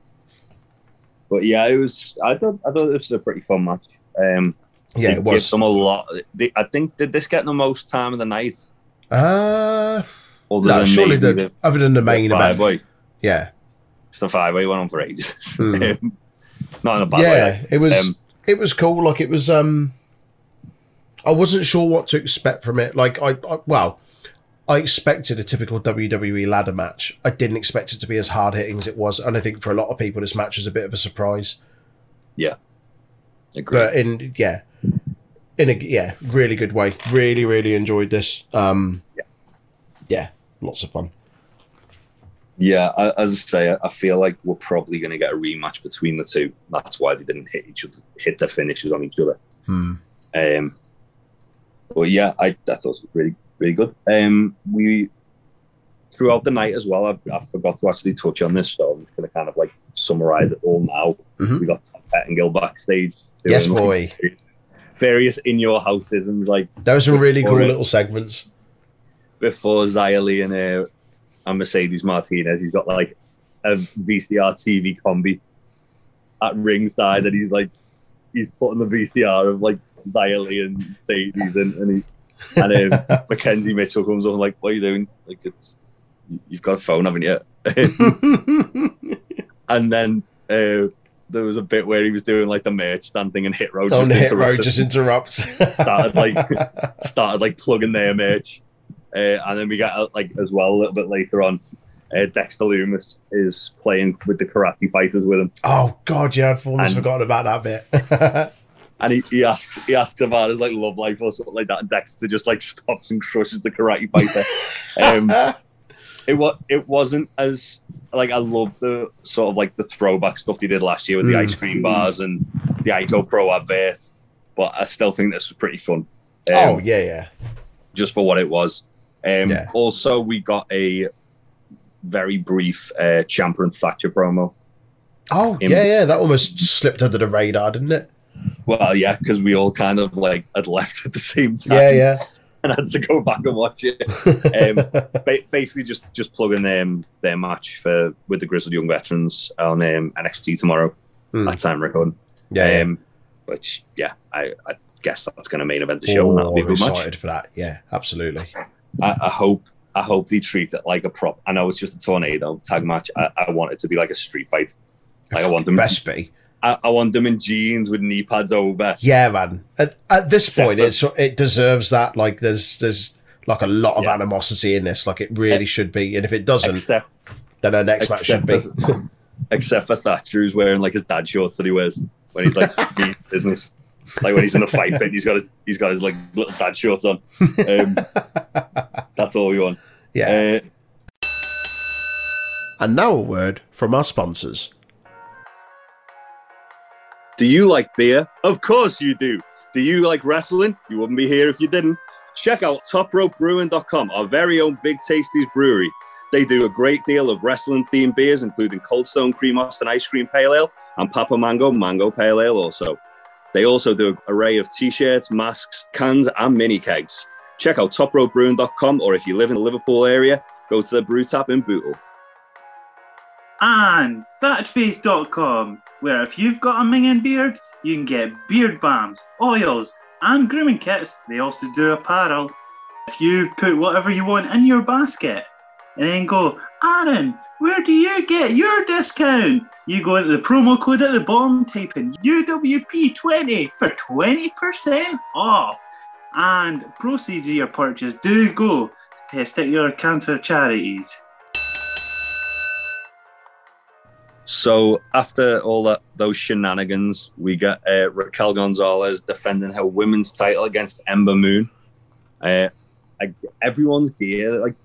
but yeah, it was. I thought I thought this was a pretty fun match. Um,
yeah,
they
it was.
Give them a lot. They, I think did this get the most time of the night?
Uh,
Other
no,
than
surely
maybe
the, other than the main
five
event.
way.
Yeah,
It's the five way went on for ages.
Hmm.
Um, Not in a bad way.
yeah,
like,
it was.
um,
it was cool. Like it was. Um, I wasn't sure what to expect from it. Like I, I well, I expected a typical WWE ladder match. I didn't expect it to be as hard hitting as it was, and I think for a lot of people, this match was a bit of a surprise.
agree.
But in yeah, in a yeah, really good way. Really, really enjoyed this. Um, yeah, lots of fun.
yeah, I, as I say, I- I feel like we're probably going to get a rematch between the two. That's why they didn't hit each other, hit their finishes on each other.
Hmm.
Um, but yeah, I, I thought it was really, really good. Um, we throughout the night as well. I, I forgot to actually touch on this, so I'm just going to kind of like summarize it all now.
Mhm.
We got Tom Pettingill backstage. doing,
Yes,
like,
boy.
Various in your houses and like
There were some really cool
Alright.
little segments.
before Xylee and uh, and Mercedes Martinez, he's got like a VCR TV combi at ringside, and he's like he's putting the VCR of like Xylee and Mercedes, and and, he, and um, Mackenzie Mitchell comes up and like, "What are you doing? Like, it's you've got a phone, haven't you?" and then uh, there was a bit where he was doing like the merch stand thing, and Hit Row
Don't hit road,
interrupted
just interrupt.
started like started like plugging their merch, uh, and then we got uh, like as well a little bit later on. Uh, Dexter Loomis is playing with the karate fighters with him,
oh god, yeah, I'd almost
And-
forgotten about that bit.
and he, he asks he asks about his like love life or something like that, and Dexter just like stops and crushes the karate fighter. um,
Oh,
it was it wasn't as like I love the sort of like the throwback stuff they did last year with
Mm.
the ice cream bars and the Ico Pro advert, but I still think this was pretty fun. Um,
oh yeah, yeah.
just for what it was. Um,
Yeah.
Also, we got a very brief uh, Champer and Thatcher promo.
Oh
in-
yeah, yeah. That almost slipped under the radar, didn't it?
Well, yeah, because we all kind of like had left at the same time.
Yeah, yeah.
And had to go back and watch it. Um, ba- basically, just just plugging them their match for with the Grizzled Young Veterans on um, NXT tomorrow
Mm.
at time recording.
yeah,
Um, which yeah, I, I guess that's going to main event the
yeah.
show, and
Oh,
that'll be a
I'm
good match.
excited for that. Yeah, absolutely.
I, I hope I hope they treat it like a prop. I know it's just a tornado tag match. I, I want it to be like a street fight. Like I want them.
Best be.
I, I want them in jeans with knee pads over.
Yeah, man. At, at this point, it's
Separate.
it deserves that. Like, there's there's like a lot of
Yeah.
animosity in this. Like, it really should be. And if it doesn't,
Except,
then our next match should
except,
be.
for, except for Thatcher, who's wearing like his dad shorts that he wears when he's like in business. Like when he's in the fight pit, he's got his he's got his like little dad shorts on. Um, that's all we want.
Yeah.
Uh,
And now a word from our sponsors.
Do you like beer? Of course you do. Do you like wrestling? You wouldn't be here if you didn't. Check out topropebrewing.com, our very own Big Tasties brewery. They do a great deal of wrestling themed beers, including Cold Stone Cream Austin Ice Cream Pale Ale and Papa Mango Mango Pale Ale, also. They also do an array of t shirts, masks, cans, and mini kegs. Check out topropebrewing.com, or if you live in the Liverpool area, go to the brew tap in Bootle.
and thatchface.com, where if you've got a minging beard, you can get beard balms, oils, and grooming kits. They also do apparel. If you put whatever you want in your basket and then go, Aaron, where do you get your discount? You go into the promo code at the bottom, type in UWP20 for 20% off. And proceeds of your purchase do go to testicular cancer charities.
So after all that those shenanigans, we got uh, Raquel Gonzalez defending her women's title against Ember Moon. Uh, like, everyone's gear like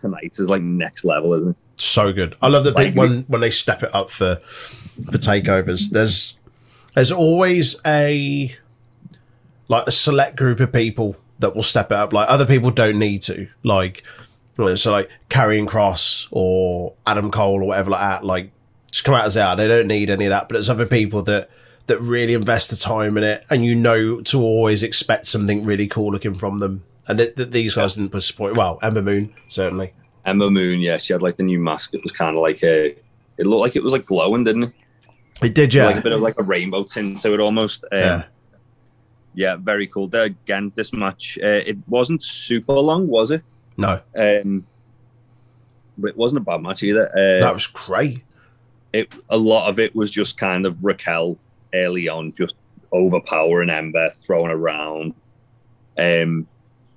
tonight is like next level, isn't it?
so good. I love the big
Like, we-
one when they step it up for for takeovers. There's there's always a like a select group of people that will step it up. Like other people don't need to. Like so like carrying cross or Adam Cole or whatever like that. Like just come out as they are. They don't need any of that. But it's other people that that really invest the time in it, and you know to always expect something really cool looking from them. And it, that these guys didn't put support. Well, Ember Moon certainly.
Ember Moon, yeah, she had like the new mask. It was kind of like a, it looked like it was like glowing, didn't it?
It did, yeah.
Like a bit of like a rainbow tint to it almost. Um,
Yeah.
yeah. very cool. There again, this match uh, it wasn't super long, was it?
no,
Um, but it wasn't a bad match either. Uh,
that was great.
it a lot of it was just kind of Raquel early on, just overpowering Ember, throwing around. Um,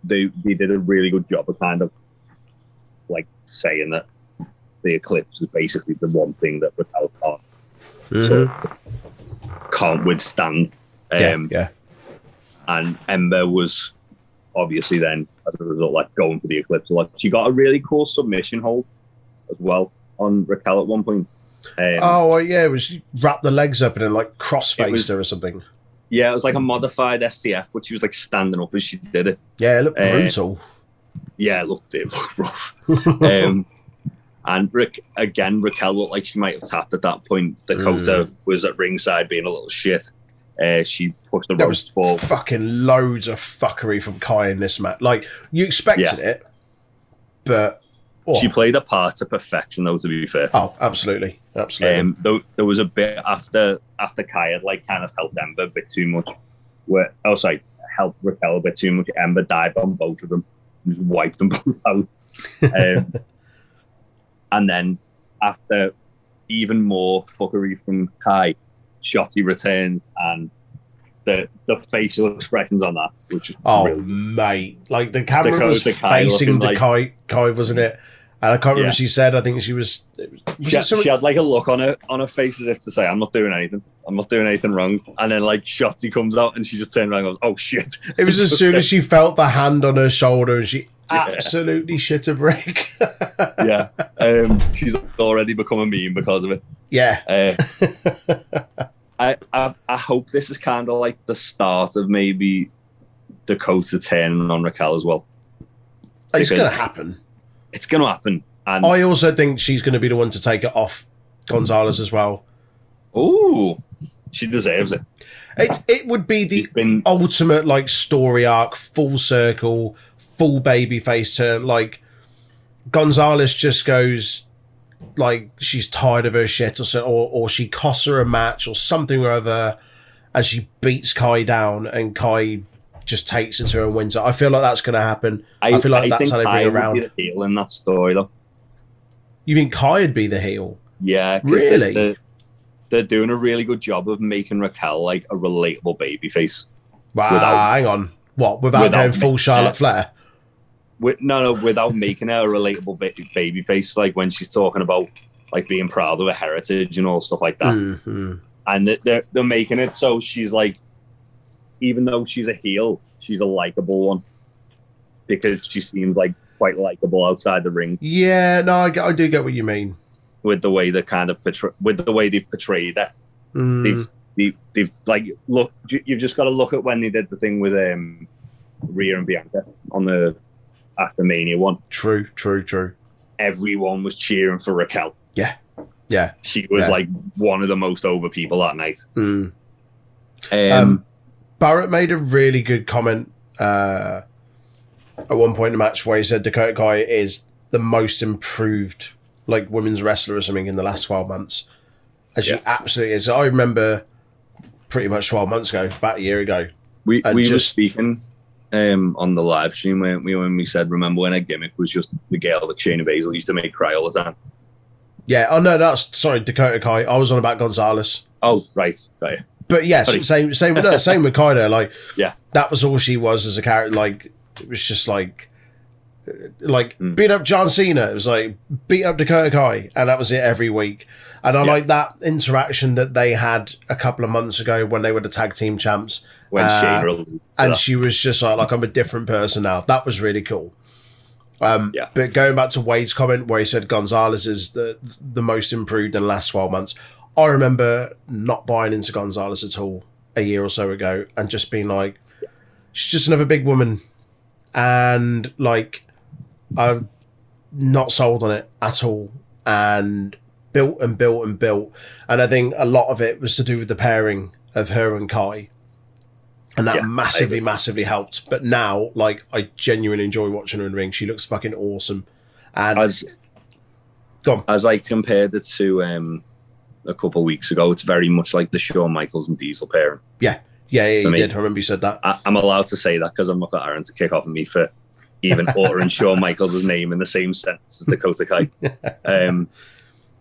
they they did a really good job of kind of like saying that the eclipse is basically the one thing that Raquel can't can't withstand. Mm-hmm. Um,
yeah,
and Ember was obviously then as a result like going for the eclipse a lot. She got a really cool submission hold as well on Raquel at one point. Um,
yeah. Oh, well, yeah. It was wrap the legs up and then like crossfaced
It was-
her or something.
Yeah, it was like a modified STF, but she was like standing up as she did it.
Yeah, it looked
Uh,
brutal.
Yeah, it looked, it looked rough. um, and Rick again, Raquel looked like she might have tapped at that point.
Mm.
Dakota was at ringside being a little shit. Uh, she pushed the
That was
ropes forward.
fucking loads of fuckery from Kai in this match. Like you expected it, but oh,
She played a part to perfection, though. To be fair,
oh, absolutely, absolutely.
um, though there was a bit after after Kai had like kind of helped Ember a bit too much. Where oh, sorry, helped Raquel a bit too much. Ember dived on both of them and just wiped them both out. Um, and then after even more fuckery from Kai, Shotty returns and the the facial expressions on that, which is
oh,
really,
mate, like the camera
Dakota
was
Kai
facing
looking
the
like-
Kai, Kai, wasn't it? And I can't remember
Yeah.
what she said. I think she was. it was- was
she,
it something-
she had like a look on her on her face as if to say, "I'm not doing anything. I'm not doing anything wrong." And then like Shotty comes out and she just turned around and goes, "Oh shit!"
it was as soon as she felt the hand on her shoulder, and she
Yeah.
absolutely shit a brick.
yeah, um, she's already become a meme because of it.
yeah,
Uh, I, I I hope this is kind of like the start of maybe Dakota turning on Raquel as well.
it's gonna
Because-
happen.
It's gonna happen. And
I also think she's going to be the one to take it off Gonzalez as well.
ooh, she deserves it.
It it would be the
She's been
ultimate like story arc, full circle, full baby face turn. Like Gonzalez just goes like she's tired of her shit or so, or, or she costs her a match or something or other, and she beats Kai down, and Kai just takes it to her and wins it. I feel like that's going to happen.
I,
I feel like that's
think
how they bring
I
it
would be
round.
the heel in that story, though.
You think Kai would be the heel?
Yeah, 'cause they-
Really?
They're, they're doing a really good job of making Raquel like a relatable baby face.
Wow,
Without-
hang on. What without,
Without
going full
me-
Charlotte
yeah.
Flair?
With, no, no, without making her a relatable ba- baby face, like when she's talking about like being proud of her heritage and all stuff like that.
Mhm.
and that they're they're making it so she's like, even though she's a heel, she's a likable one because she seems like quite likable outside the ring
Yeah, no, I, get- I do get what you mean.
with the way they kind of portray with the way they've portrayed her.
Mm.
They've, they, they've like look. you- You've just got to look at when they did the thing with um, Rhea and Bianca on the after Mania one.
True, true, true.
Everyone was cheering for Raquel.
Yeah. Yeah.
she was
Yeah.
like one of the most over people that night.
Mm.
Um,
Um, Barrett made a really good comment uh, at one point in the match where he said Dakota Kai is the most improved like women's wrestler or something in the last 12 months. And she
Yeah.
absolutely is. I remember pretty much 12 months ago, about a year ago.
We
And
we were
just-
speaking um, on the live stream, weren't we? When we said, remember when a gimmick was just the girl that Shayna Baszler used to make cry all the time?
Yeah. Oh, no, that's sorry, Dakota Kai. I was on about Gonzalez.
Oh, right, right.
But yes,
Sorry.
same same no, same with Kaido. Like
Yeah.
that was all she was as a character. Like it was just like uh, like
Mm.
beat up John Cena. It was like beat up Dakota Kai, and that was it every week. And I
Yeah.
like that interaction that they had a couple of months ago when they were the tag team champs,
When
Uh,
Shayna alluded to
and
that.
she was just like, like I'm a different person now. That was really cool. Um,
Yeah.
But going back to Wade's comment where he said Gonzalez is the the most improved in the last twelve months, I remember not buying into Gonzalez at all a year or so ago, and just being like, she's just another big woman, and like, I'm not sold on it at all, and built and built and built, and I think a lot of it was to do with the pairing of her and Kai. And that
Yeah, I
massively, massively helped. But now, like, I genuinely enjoy watching her in the ring. She looks fucking awesome. And
as
Go on.
as I compared it to um, a couple of weeks ago, it's very much like the Shawn Michaels and Diesel pairing.
yeah, yeah,
for
you
me.
did. I remember you said that.
I, I'm allowed to say that because I'm not got Aaron to kick off at me for even uttering Shawn Michaels' name in the same sentence as Dakota Kai. Um,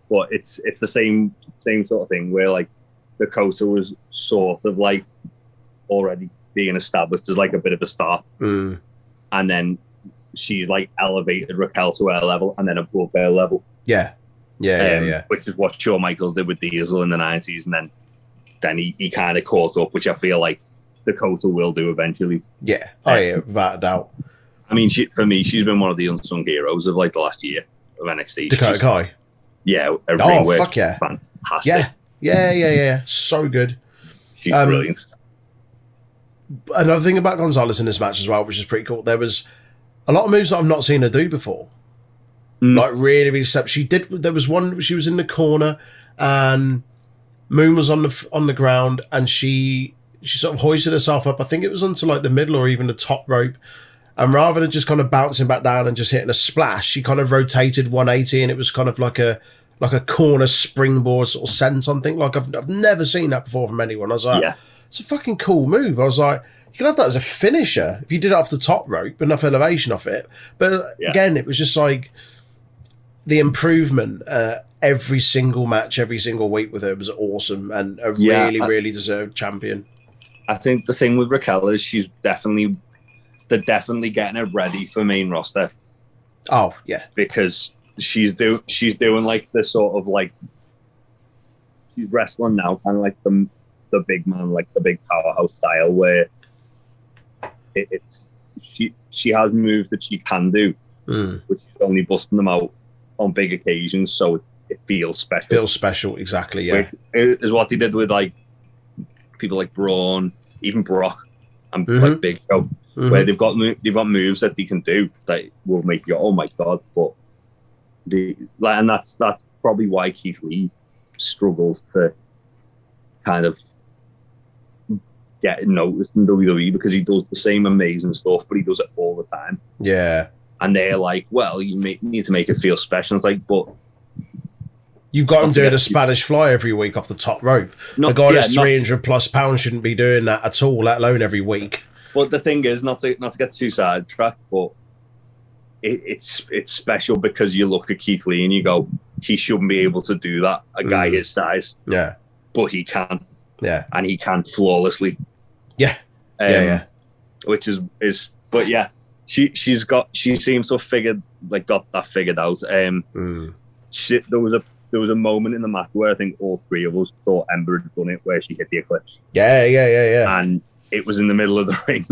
but it's it's the same same sort of thing where like Dakota was sort of like already being established as like a bit of a star,
Mm,
and then she's like elevated Raquel to her level and then above her level,
yeah, yeah, yeah,
um,
yeah.
which is what Shawn Michaels did with Diesel in the nineties, and then then he, he kind of caught up, which I feel like Dakota will do eventually.
Yeah. Oh yeah, without a doubt.
I mean, she, for me, she's been one of the unsung heroes of like the last year of NXT. She's
Dakota
just-
Kai.
yeah, her ring
Oh
work
fuck yeah.
is fantastic.
Yeah. Yeah, yeah, yeah. So good.
she's
Um,
brilliant.
Another thing about Gonzalez in this match as well, which is pretty cool. There was a lot of moves that I've not seen her do before.
Mm.
Like really, really step. She did. There was one. She was in the corner, and Moon was on the f- on the ground, and she she sort of hoisted herself up. I think it was onto like the middle or even the top rope. And rather than just kind of bouncing back down and just hitting a splash, she kind of rotated 180, and it was kind of like a like a corner springboard sort of send something. Like I've, I've never seen that before from anyone. I was like,
Yeah.
it's a fucking cool move. I was like, you can have that as a finisher if you did it off the top rope, enough elevation off it. But
Yeah.
again, it was just like the improvement uh, every single match, every single week with her was awesome and a
Yeah,
really,
I-
really deserved champion.
I think the thing with Raquel is she's definitely they're definitely getting her ready for main roster
Oh yeah,
because she's do she's doing like the sort of like she's wrestling now, kind of like the the big man, like the big powerhouse style, where it, it's she she has moves that she can do,
Mm,
but she's only busting them out on big occasions, so it, it feels special.
feels special. Exactly. Yeah,
Which is what they did with like people like Braun, even Brock, and
Mhm.
like Big Show,
Mhm.
where they've got mo- they've got moves that they can do that will make you oh my god. But the like, and that's that's probably why Keith Lee struggles to kind of get noticed in WWE because he does the same amazing stuff, but he does it all the time
yeah.
and they're like, well, you make, need to make it feel special. It's like, but
You've got him
Not
doing a
yet.
Spanish fly every week off the top rope.
not,
a guy
yeah,
that's
not-
three hundred plus pounds shouldn't be doing that at all, let alone every week.
But the thing is, not to not to get too sidetracked, but it, it's it's special because you look at Keith Lee and you go, he shouldn't be able to do that. A guy
Mm.
his size,
Yeah.
but he can,
Yeah.
and he can flawlessly.
Yeah.
Um,
yeah. Yeah.
Which is is, but yeah, she she's got she seems to have figured like got that figured out. Um,
Mm.
she, there was a there was a moment in the match where I think all three of us thought Ember had done it, where she hit the eclipse.
Yeah. Yeah. Yeah. Yeah.
and it was in the middle of the ring.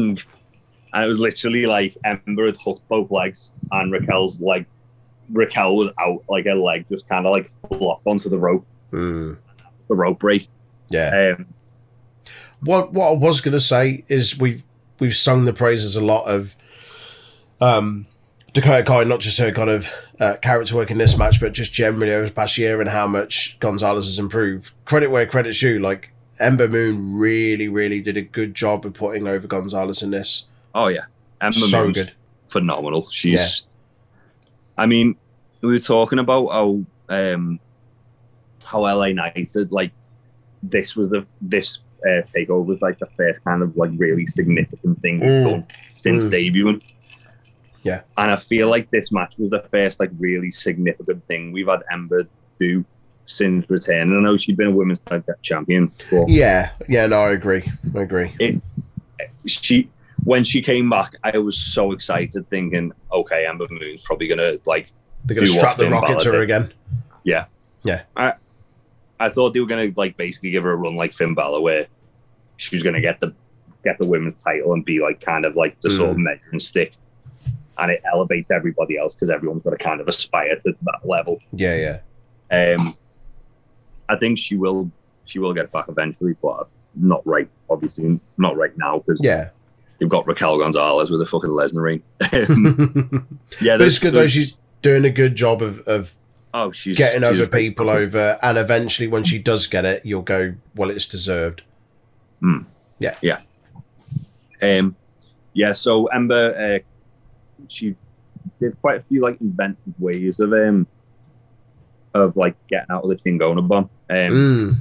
And it was literally like Ember had hooked both legs, and Raquel's like Raquel was out, like her leg just kind of like flopped onto the rope,
Mm.
the rope break.
Yeah.
Um,
what what I was going to say is we've we've sung the praises a lot of um, Dakota Kai, not just her kind of uh, character work in this match, but just generally over the past year and how much Gonzalez has improved. Credit where credit's due. Like Ember Moon really, really did a good job of putting over Gonzalez in this.
oh yeah, Ember
so
Moon's
good.
phenomenal. She's, I mean, we were talking about how um, how LA Knight had, like this was the this uh, takeover was like the first kind of like really significant thing we've
Mm.
done since
Mm.
debuting.
Yeah.
and I feel like this match was the first like really significant thing we've had Ember do since returning. I know she'd been a women's tag champion, but
Yeah, yeah, no, I agree. I agree.
she when she came back, I was so excited, thinking, okay, Ember Moon's probably gonna like.
They're going to
Do
strap
what
the
Finn
rocket to
Balor
her
did.
again.
I thought they were gonna like basically give her a run like Finn Balor, where she was gonna get the get the women's title and be like kind of like the sort of measuring stick, and it elevates everybody else because everyone's gonna kind of aspire to that level.
Yeah, yeah,
Um, I think she will she will get back eventually, but not right obviously not right now because
yeah.
you've got Raquel Gonzalez with a fucking Lesnar ring. Um, yeah,
but it's
there's-
good though.
there's-
She's doing a good job of of
oh she's
getting
she's
over people over, and eventually, when she does get it, you'll go, "Well, it's deserved."
Um, yeah, so Ember, uh, she did quite a few like inventive ways of um of like getting out of the Chingona bomb. Um,
Mm.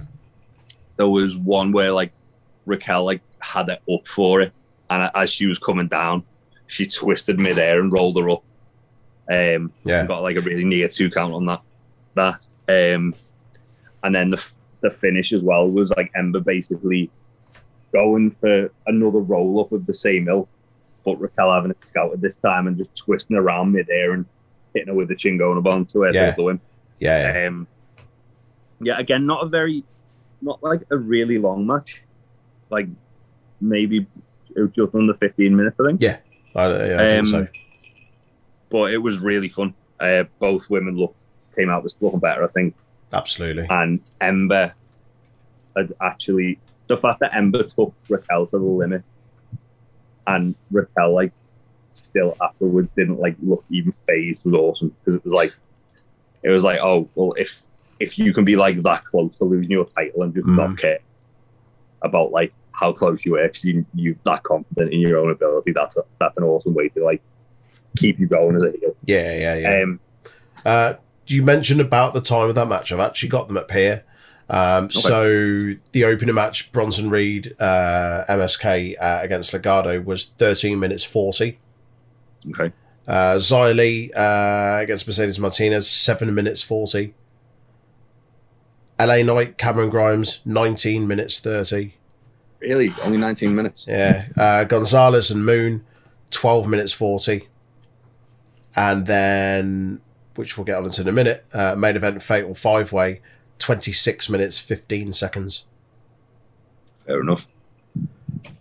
There was one where like Raquel like had it up for it, and as she was coming down, she twisted midair and rolled her up. Um,
Yeah,
got like a really near two count on that. That um, and then the f- the finish as well was like Ember basically going for another roll up of the same hill, but Raquel having it scouted this time and just twisting around midair and hitting her with the chingona bomb to where
Yeah.
they're going.
yeah,
Um, yeah, again, not a very, not like a really long match, like maybe it was just under fifteen minutes, I think.
yeah. I, yeah, I
um,
think so.
But it was really fun. Uh, both women look came out was looking better, I think.
Absolutely.
and Ember had actually the fact that Ember took Raquel to the limit and Raquel like still afterwards didn't like look even phased was awesome because it was like it was like oh well if if you can be like that close to losing your title and just not care about like how close you were 'cause you you that confident in your own ability that's a, that's an awesome way to like keep you going as a heel.
Yeah, yeah, yeah.
Um,
uh, you mentioned about the time of that match. I've actually got them up here. Um, So the opening match, Bronson Reed, uh, MSK uh, against Legado, was 13 minutes 40.
okay.
Uh, Xia Li, uh, against Mercedes Martinez, 7 minutes 40. LA Knight, Cameron Grimes, 19 minutes 30.
Really, only 19 minutes.
Yeah. Uh, Gonzalez and Moon, 12 minutes 40. And then, which we'll get on into in a minute, uh, main event Fatal Five Way, 26 minutes 15 seconds.
Fair enough.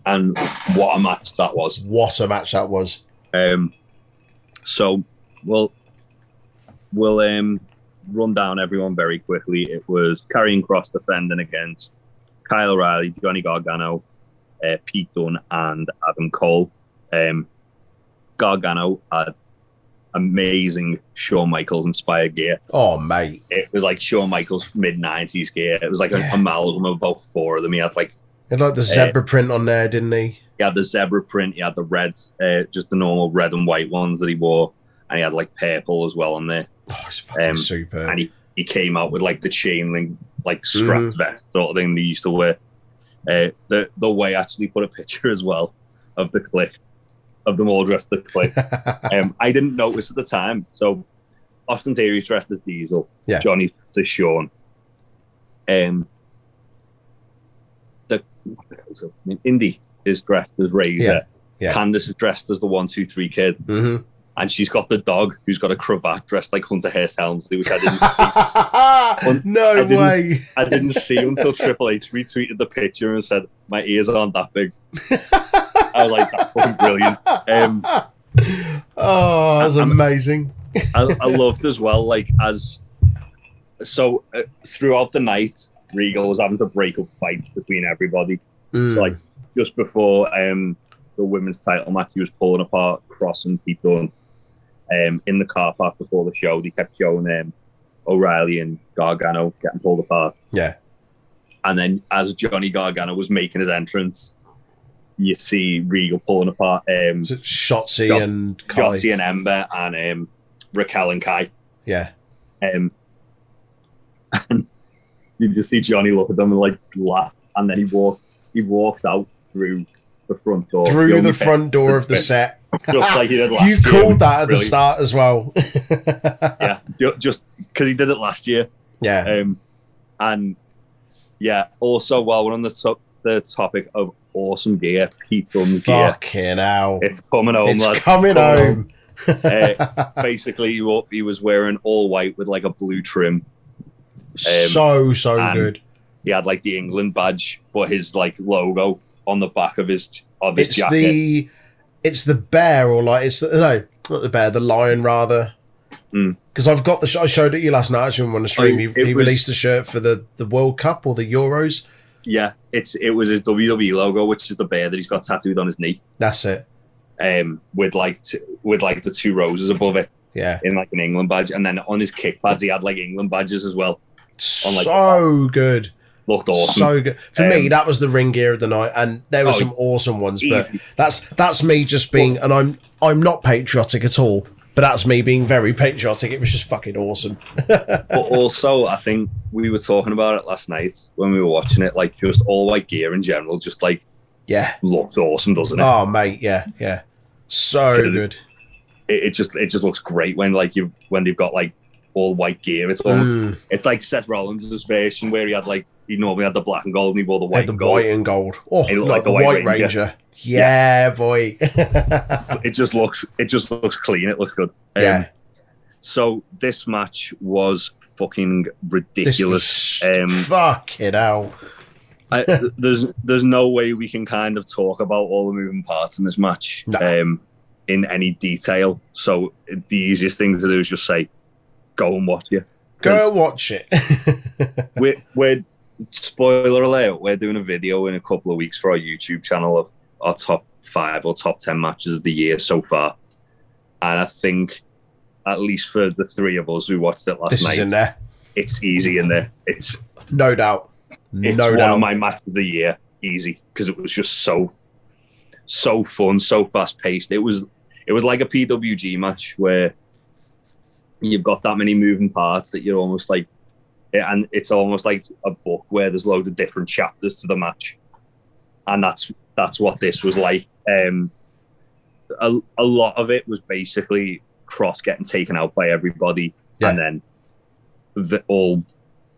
And what a match that was.
What a match that was.
Um, so, we'll we'll um, run down everyone very quickly. It was carrying Cross defending against Kyle O'Reilly, Johnny Gargano, uh, Pete Dunne, and Adam Cole. Um, Gargano had amazing Shawn Michaels inspired gear.
Oh, mate.
It was like Shawn Michaels mid '90s gear. It was like
Yeah.
an amalgam of about four of them. He had like
He had like
Eh.
the zebra print on there, didn't he?
he had the zebra print, he had the red, uh, just the normal red and white ones that he wore, and he had like purple as well on there.
Oh, it's fucking
Um,
superb.
And he, he came out with like the chain link, like scrap vest sort of thing they used to wear. Uh, the the way I actually put a picture as well of the clique, of them all dressed as clique. um, I didn't notice at the time. So Austin Theory's dressed as Diesel.
Yeah.
Johnny's dressed as Sean. Um, the what the hell's his name? Indy is dressed as Razor.
Yeah, yeah.
Candace is dressed as the one two three kid,
Mhm.
and she's got the dog who's got a cravat dressed like Hunter Hearst Helmsley, which I didn't see.
no
I didn't-
way.
I didn't see until Triple H retweeted the picture and said, "My ears aren't that big." I was like, "That's fucking brilliant." Um,
oh, that's
I'm-
amazing.
I, I loved as well, like as so uh, throughout the night, Regal was having to break up fights between everybody.
Mm.
Like just before um, the women's title match, he was pulling apart Cross and Pete Dunne um, in the car park before the show. They kept showing um, O'Reilly and Gargano getting pulled apart.
Yeah.
And then as Johnny Gargano was making his entrance, you see Regal pulling apart um,
Is it Shotzi
Shot-
and Kai?
Shotzi and Ember and um, Raquel and Kai.
yeah.
Um, and you just see Johnny look at them and like laugh, and then he walked. He walked out through the front door,
Through
only
the front door of the set.
bit, just like he did last
You
year.
called that at the
Brilliant.
start as well.
yeah, ju- just because he did it last year.
yeah.
Um, and yeah, also while we're on the top, the topic of awesome gear, Pete Dunne gear,
Fucking hell.
it's coming home,
It's
lads.
coming
Come
home.
Uh, Basically, he wa- he was wearing all white with like a blue trim.
so, so
and-
good.
he had like the England badge, but his like logo on the back of his of his
It's
jacket.
the it's the bear or like it's the, no not the bear the lion rather
Mm.
because I've got the sh- I showed it you last night actually on the stream
Oh,
he,
it
he
was-
released the shirt for the the World Cup or the Euros
yeah, it's it was his WWE logo, which is the bear that he's got tattooed on his knee,
that's it
um, with like t- with like the two roses above it
yeah
in like an England badge, and then on his kick pads he had like England badges as well. On, like,
so good
Looked awesome.
so good for me
Um,
that was the ring gear of the night and there were
Oh,
some awesome ones but
Easy.
That's that's me just being, and I'm I'm not patriotic at all, but that's me being very patriotic. It was just fucking awesome.
but also, I think we were talking about it last night when we were watching it. Like just all white gear in general, just like
Yeah.
looks awesome, doesn't it?
Oh mate, yeah, yeah, so
Could've-
good.
it? It just it just looks great when like you when they've got like all white gear. It's all
Mm,
It's like Seth Rollins' version where he had like he normally had the black and gold and he wore the white
and the
and gold.
white and gold. Oh, like,
It looked like
the
a
White,
White
Ranger.
Ranger.
Yeah, boy.
It just looks it just looks clean. It looks good. Um,
yeah,
So this match was fucking
this
ridiculous.
was
um,
fucking hell.
I, th- there's there's no way we can kind of talk about all the moving parts in this match
No.
um, in any detail. So the easiest thing to do is just say, go and watch it.
Go watch it.
we're, we're spoiler alert we're doing a video in a couple of weeks for our youtube channel of our top five or top 10 matches of the year so far and i think at least for the three of us who watched it last
this
night
is in there,
it's easy in there it's
no doubt.
it's
No
one
doubt.
of my matches of the year easy because it was just so so fun so fast paced it was it was like a pwg match where you've got that many moving parts that you're almost like and it's almost like a book where there's loads of different chapters to the match and that's that's what this was like um a, a lot of it was basically cross getting taken out by everybody and then the all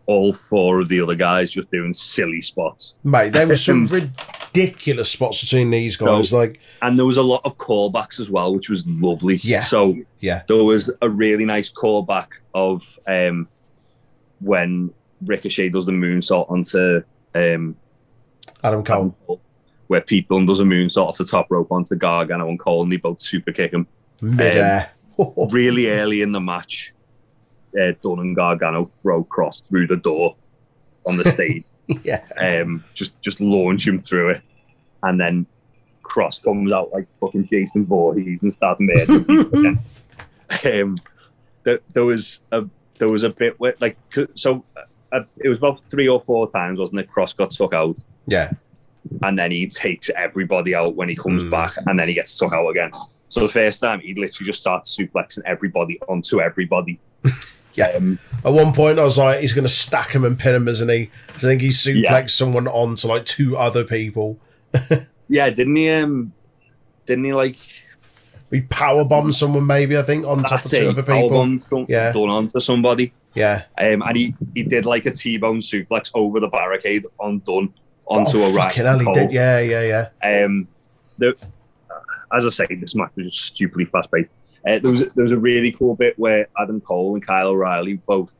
all four of the other guys just doing silly spots.
Mate, there were some ridiculous spots between these guys. Like,
And there was a lot of callbacks as well, which was lovely.
Yeah.
So
Yeah.
there was a really nice callback of um, when Ricochet does the moonsault onto um,
Adam Cole.
Adam Cole, where Pete Dunne does a moonsault off the top rope onto Gargano and Cole, and they both super kick him.
Midair.
Really early in the match, uh, Dunne and Gargano throw Cross through the door on the stage.
yeah.
um, just just launch him through it, and then Cross comes out like fucking Jason Voorhees and starts murdering people. again. Um, there, there was a there was a bit where like c- so uh, it was about three or four times, wasn't it? Cross got took out,
Yeah.
and then he takes everybody out when he comes
Mm.
back, and then he gets took out again. So the first time he literally just starts suplexing everybody onto everybody.
Yeah.
Um,
At one point, I was like, he's going to stack him and pin him, isn't he? 'Cause I think he suplexed
Yeah.
someone onto like two other people.
yeah, didn't he? Um, Didn't he like
We power bomb someone maybe I think on top of
that's
two
it,
other people.
album done,
Yeah.
done onto somebody?
Yeah.
Um, and he, he did like a T bone suplex over the barricade on Dunn onto
oh,
a rack.
fucking hell, he did. Yeah, yeah, yeah.
Um, the, as I say, this match was just stupidly fast paced. Uh, there was there was a really cool bit where Adam Cole and Kyle O'Reilly both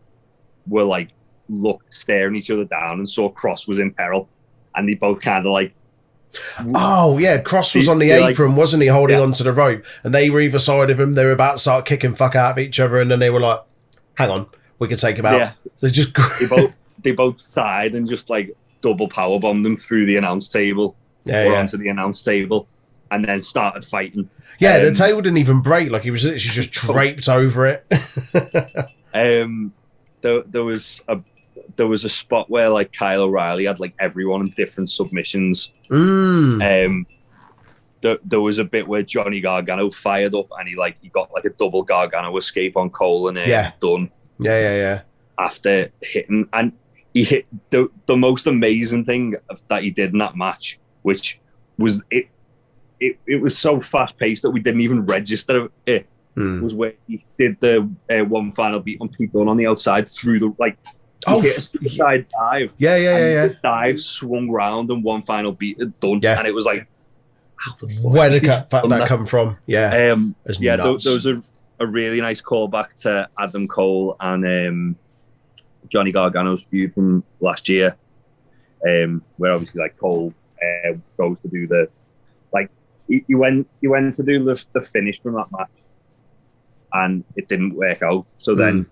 were like look staring each other down and saw Cross was in peril, and they both kind of like
Oh yeah, Cross was
He-
on the
he, like-
apron, wasn't he, holding
Yeah.
onto the rope? And they were either side of him. They were about to start kicking fuck out of each other, and then they were like, "Hang on, we can take him out."
Yeah.
They just
they both they both sighed and just like double power bombed them through the announce table
yeah,
or
yeah.
onto the announce table, and then started fighting.
yeah the
um,
table didn't even break; like he was literally just draped over it.
Um, there, there was a there was a spot where like Kyle O'Reilly had like everyone in different submissions.
mm.
Um, there, there was a bit where Johnny Gargano fired up and he like he got like a double Gargano escape on Cole and uh,
Yeah.
done
Yeah, yeah, yeah.
after hitting and he hit the the most amazing thing of- that he did in that match, which was it. It, it was so fast paced that we didn't even register it
Mm.
was where he did the uh, one final beat on Pete Dunne on the outside through the like
Oh,
oh, hit a suicide dive.
Yeah, yeah,
and
yeah, yeah.
The dive swung round and one final beat had done.
Yeah.
And it was like, how the fuck
Where
has
did
he
that, that,
done
that come from? Yeah,
Um,
it's
yeah, there,
nuts.
there was a, a really nice callback to Adam Cole and um, Johnny Gargano's feud from last year, um, where obviously like Cole uh, goes to do the like he, he went he went to do the, the finish from that match, and it didn't work out. So
Mm. Hmm.
then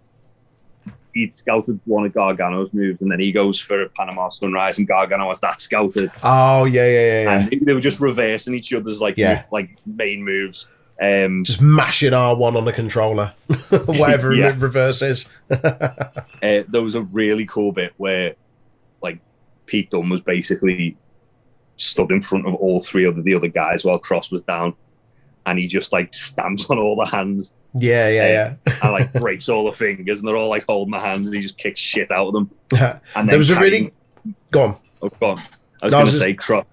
he scouted one of Gargano's moves, and then he goes for a Panama Sunrise, and Gargano has that scouted
oh, yeah, yeah, yeah, yeah.
and they- they were just reversing each other's like
Yeah.
mo- like main moves. Um,
Just mashing R one on the controller, whatever
Yeah.
it reverses.
uh, there was a really cool bit where like Pete Dunne was basically stood in front of all three of the other guys while Cross was down, and he just like stamps on all the hands
Yeah, yeah,
and like breaks all the fingers, and they're all like holding the hands, and he just kicks shit out of them.
yeah.
And
there
then
was a
carrying-
really go on.
Oh, go on. I was
No, I
going to
was just-
say Cross.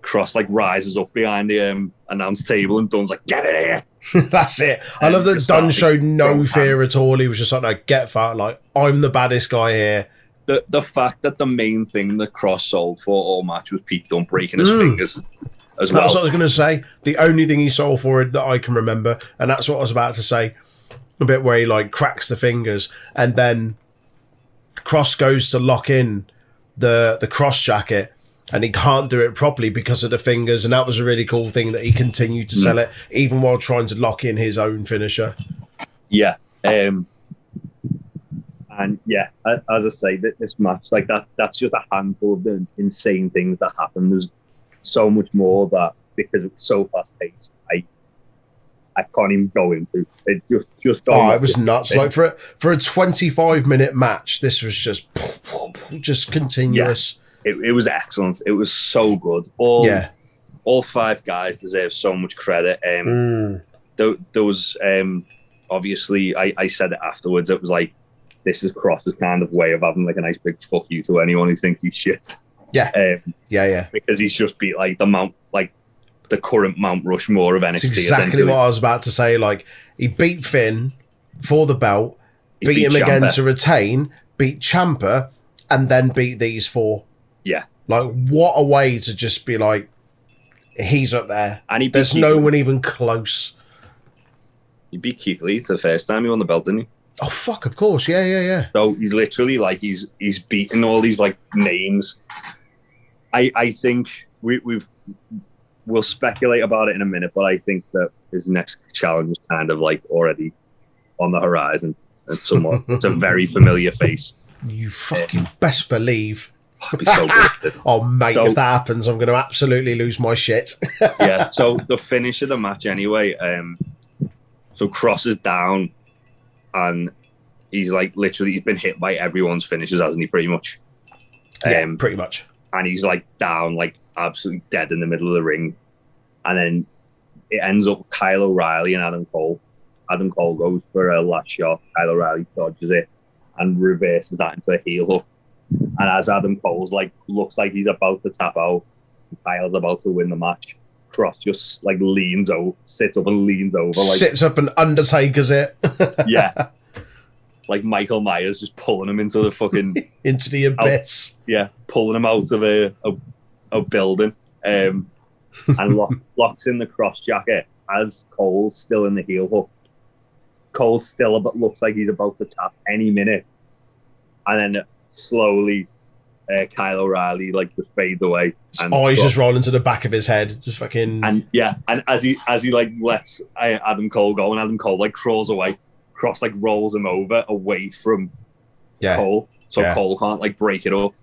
Cross like rises up behind the um, announce table and Dunn's like, "Get in here!"
That's it. I
And
love that
just
Dunn
like
showed no
throw
fear at all. He was just like, no, get fat. Like, I'm the baddest guy here.
the the fact that the main thing that Cross sold for all match was Pete Dunne breaking his
Mm.
fingers as
That's what I
well.
was going to say. The only thing he sold for it that I can remember, and that's what I was about to say, a bit where he like cracks the fingers, and then Cross goes to lock in the the cross jacket, and he can't do it properly because of the fingers, and that was a really cool thing that he continued to
Mm.
sell it even while trying to lock in his own finisher.
Yeah. Um, and yeah, a- as I say, that this match like that that's just a handful of the insane things that happened. There's so much more that because it's so fast paced, I I can't even go into it. Just just
Oh,
going-
it was nuts! Like for a, for a twenty five minute match, this was just just continuous.
it, it was excellent. It was so good. All
yeah.
all five guys deserve so much credit. Um,
Mm.
there, there was um, obviously I, I said it afterwards. It was like this is Cross's kind of way of having like a nice big fuck you to anyone who thinks he's shit.
Yeah.
um,
Yeah, yeah.
because he's just beat like the Mount, like the current Mount Rushmore of NXT.
That's exactly
essentially.
what I was about to say. Like he beat Finn for the belt,
He
beat, him again
Ciampa.
to retain, beat Champa, and then beat these four.
Yeah.
Like what a way to just be like, he's up there.
and he beat
There's
Keith,
no one even close.
He beat Keith Lee the first time he won the belt, didn't he?
Oh fuck! Of course, yeah, yeah, yeah.
So he's literally like he's he's beaten all these like names. I I think we we've we'll speculate about it in a minute, but I think that his next challenge is kind of like already on the horizon. It's somewhat it's a very familiar face.
You fucking best believe.
I'd be so good.
Oh mate,
So-
if that happens, I'm going to absolutely lose my shit.
yeah. So the finish of the match anyway. Um, so Cross is down, and he's like literally he's been hit by everyone's finishes, hasn't he? Pretty much.
yeah,
Um,
pretty much.
and he's like down, like absolutely dead in the middle of the ring. And then it ends up with Kyle O'Reilly and Adam Cole. Adam Cole goes for a last shot. Kyle O'Reilly dodges it and reverses that into a heel hook. And as Adam Cole's like looks like he's about to tap out, Kyle's about to win the match. cross, just like leans over, sits up and leans over, like
Sits up and undertakers it
yeah, like Michael Myers just pulling him into the fucking
into the abyss.
yeah, pulling him out of a a, a building, um, and lock, locks in the cross jacket as Cole still in the heel hook. Cole still about, looks like he's about to tap any minute, and then slowly, uh, Kyle O'Reilly like just fades away.
His eyes just rolling to the back of his head, just fucking.
and yeah, and as he as he like lets uh, Adam Cole go, and Adam Cole like crawls away, cross like rolls him over away from
yeah,
Cole, so
Yeah.
Cole can't like break it up,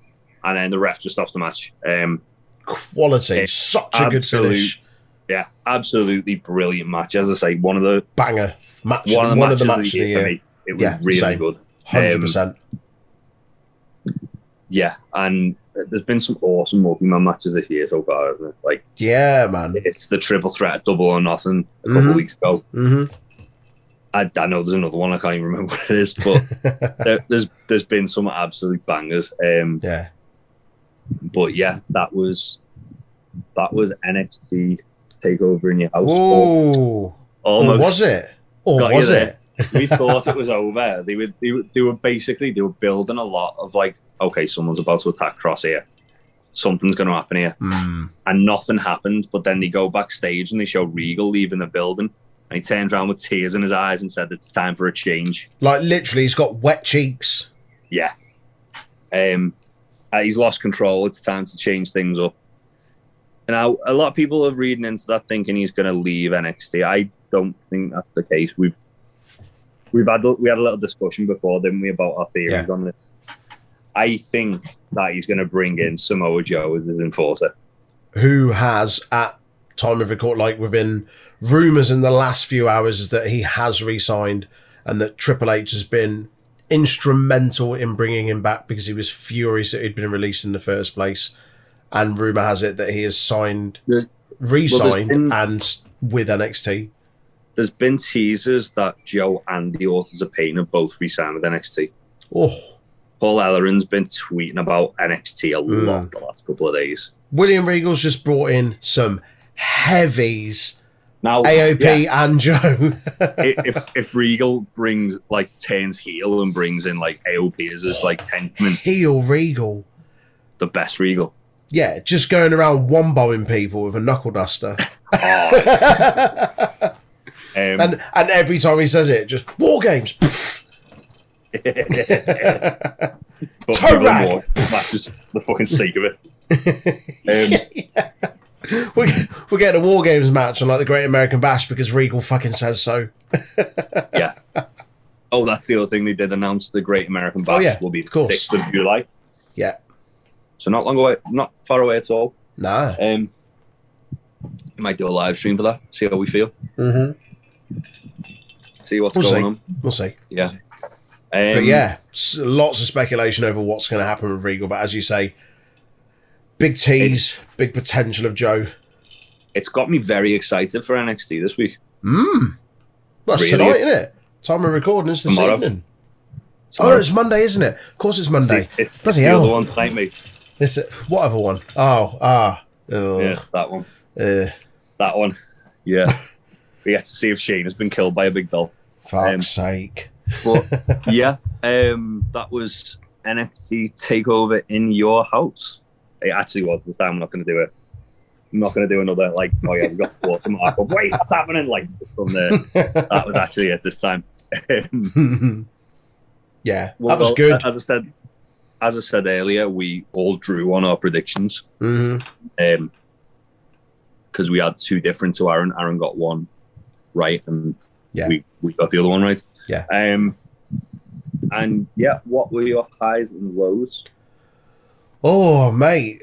and then the ref just stops the match. Um,
quality,
Yeah,
such a good
absolute
finish,
yeah, absolutely brilliant match. As I say, one of the
banger match.
one of the, matches,
of
of the year Um, for me. It was
Yeah,
really
same.
good.
hundred percent.
Yeah, and there's been some awesome multi-man matches this year so far, isn't it? Like
Yeah, man.
it's the triple threat, at double or nothing, a couple
Mhm.
weeks ago.
hmm
I, I know there's another one. I can't even remember what it is, but
Mm-hmm.
there, there's there's been some absolute bangers. Um,
yeah,
but yeah, that was that was NXT takeover in your house.
Whoa. Or
Almost
was it? Or
Got you
was
there.
it?
we thought it was over. They were, they were they were basically they were building a lot of like, okay, someone's about to attack Cross here, something's going to happen here,
Mm.
and nothing happened. But then they go backstage and they show Regal leaving the building, and he turns around with tears in his eyes and said, "It's time for a change."
Like literally, he's got wet cheeks.
Um, uh, he's lost control. It's time to change things up. Now, a lot of people are reading into that thinking he's going to leave NXT. I don't think that's the case. We've we've had we had a little discussion before, didn't we, about our theories
Yeah.
on this? I think that he's going to bring in Samoa Joe as his enforcer.
who has at time of record, like within rumors in the last few hours, is that he has re-signed and that Triple H has been instrumental in bringing him back because he was furious that he'd been released in the first place. And rumor has it that he has signed,
There's-
re-signed,
been-
and with NXT.
There's been teasers that Joe and the Authors of Pain have both re-signed with NXT.
Oh,
Paul Ellering's been tweeting about NXT a
Mm.
lot the last couple of days.
William Regal's just brought in some heavies,
Now
AOP
yeah.
and Joe.
I- if if Regal brings like turns heel and brings in like AOP as his like henchman,
Heel Regal.
the best Regal.
Yeah, just going around womboing people with a knuckle duster.
Oh, um,
and and every time he says it, just war games.
but
toe
even
rag!
more, that's just the fucking sake of it. Um,
we're, we're getting a war games match on like the Great American Bash because Regal fucking says so.
oh, that's the other thing they did announce: the Great American Bash
Oh, yeah,
will be
of course.
sixth of July.
Yeah.
so not long away, not far away at all.
Nah.
Um, we might do a live stream for that. See how we feel. Mm-hmm.
hmm
See what's
We'll
going
see.
on.
We'll see.
Yeah. Um,
But yeah, s- lots of speculation over what's going to happen with Regal. But as you say, big tease, big potential of Joe.
it's got me very excited for NXT this week.
Mm. That's
Really?
tonight, isn't it? Time of recording is this
Tomorrow.
evening. Oh,
Tomorrow.
no, it's Monday, isn't it? Of course, it's
It's the-
Monday.
It's, it's
Bloody
the
hell.
other one tonight, mate.
This uh, whatever one. Oh, ah,
Yeah,
ugh,
that one.
uh,
That one. Yeah. we get to see if Shane has been killed by a big doll.
fuck's
Um,
sake.
But yeah, um, that was NXT Takeover in your house. It actually was this time. I'm not going to do it. I'm not going to do another like. Oh yeah, we got four tomorrow. But wait, what's happening? Like from there, that was actually it this time. Um,
yeah,
well,
that was
well,
good.
As I said, as I said earlier, we all drew on our predictions.
hmm
um because we had two different to Aaron. Aaron got one right, and
Yeah.
we, we got the other one right.
Yeah.
Um, and yeah, what were your highs and lows?
Oh, mate,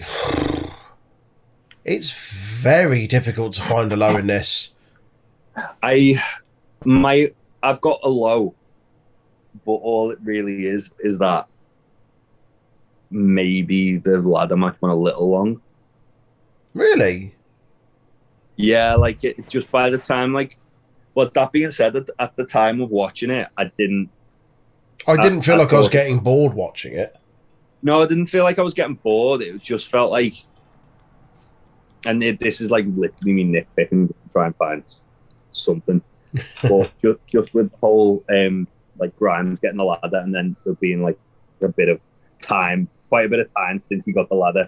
it's very difficult to find a low in this.
I my I've got a low, but all it really is is that maybe the ladder match went a little long.
Really?
Yeah, like it just by the time like. But that being said, at, at the time of watching it, I didn't
I
Uh,
didn't feel
I
like I was
thought-
getting bored watching it.
No, I didn't feel like I was getting bored. It just felt like and it, this is like literally me nitpicking to try and find s- something. but just, just with the whole um, like Grimes getting the ladder and then there being like a bit of time, quite a bit of time since he got the ladder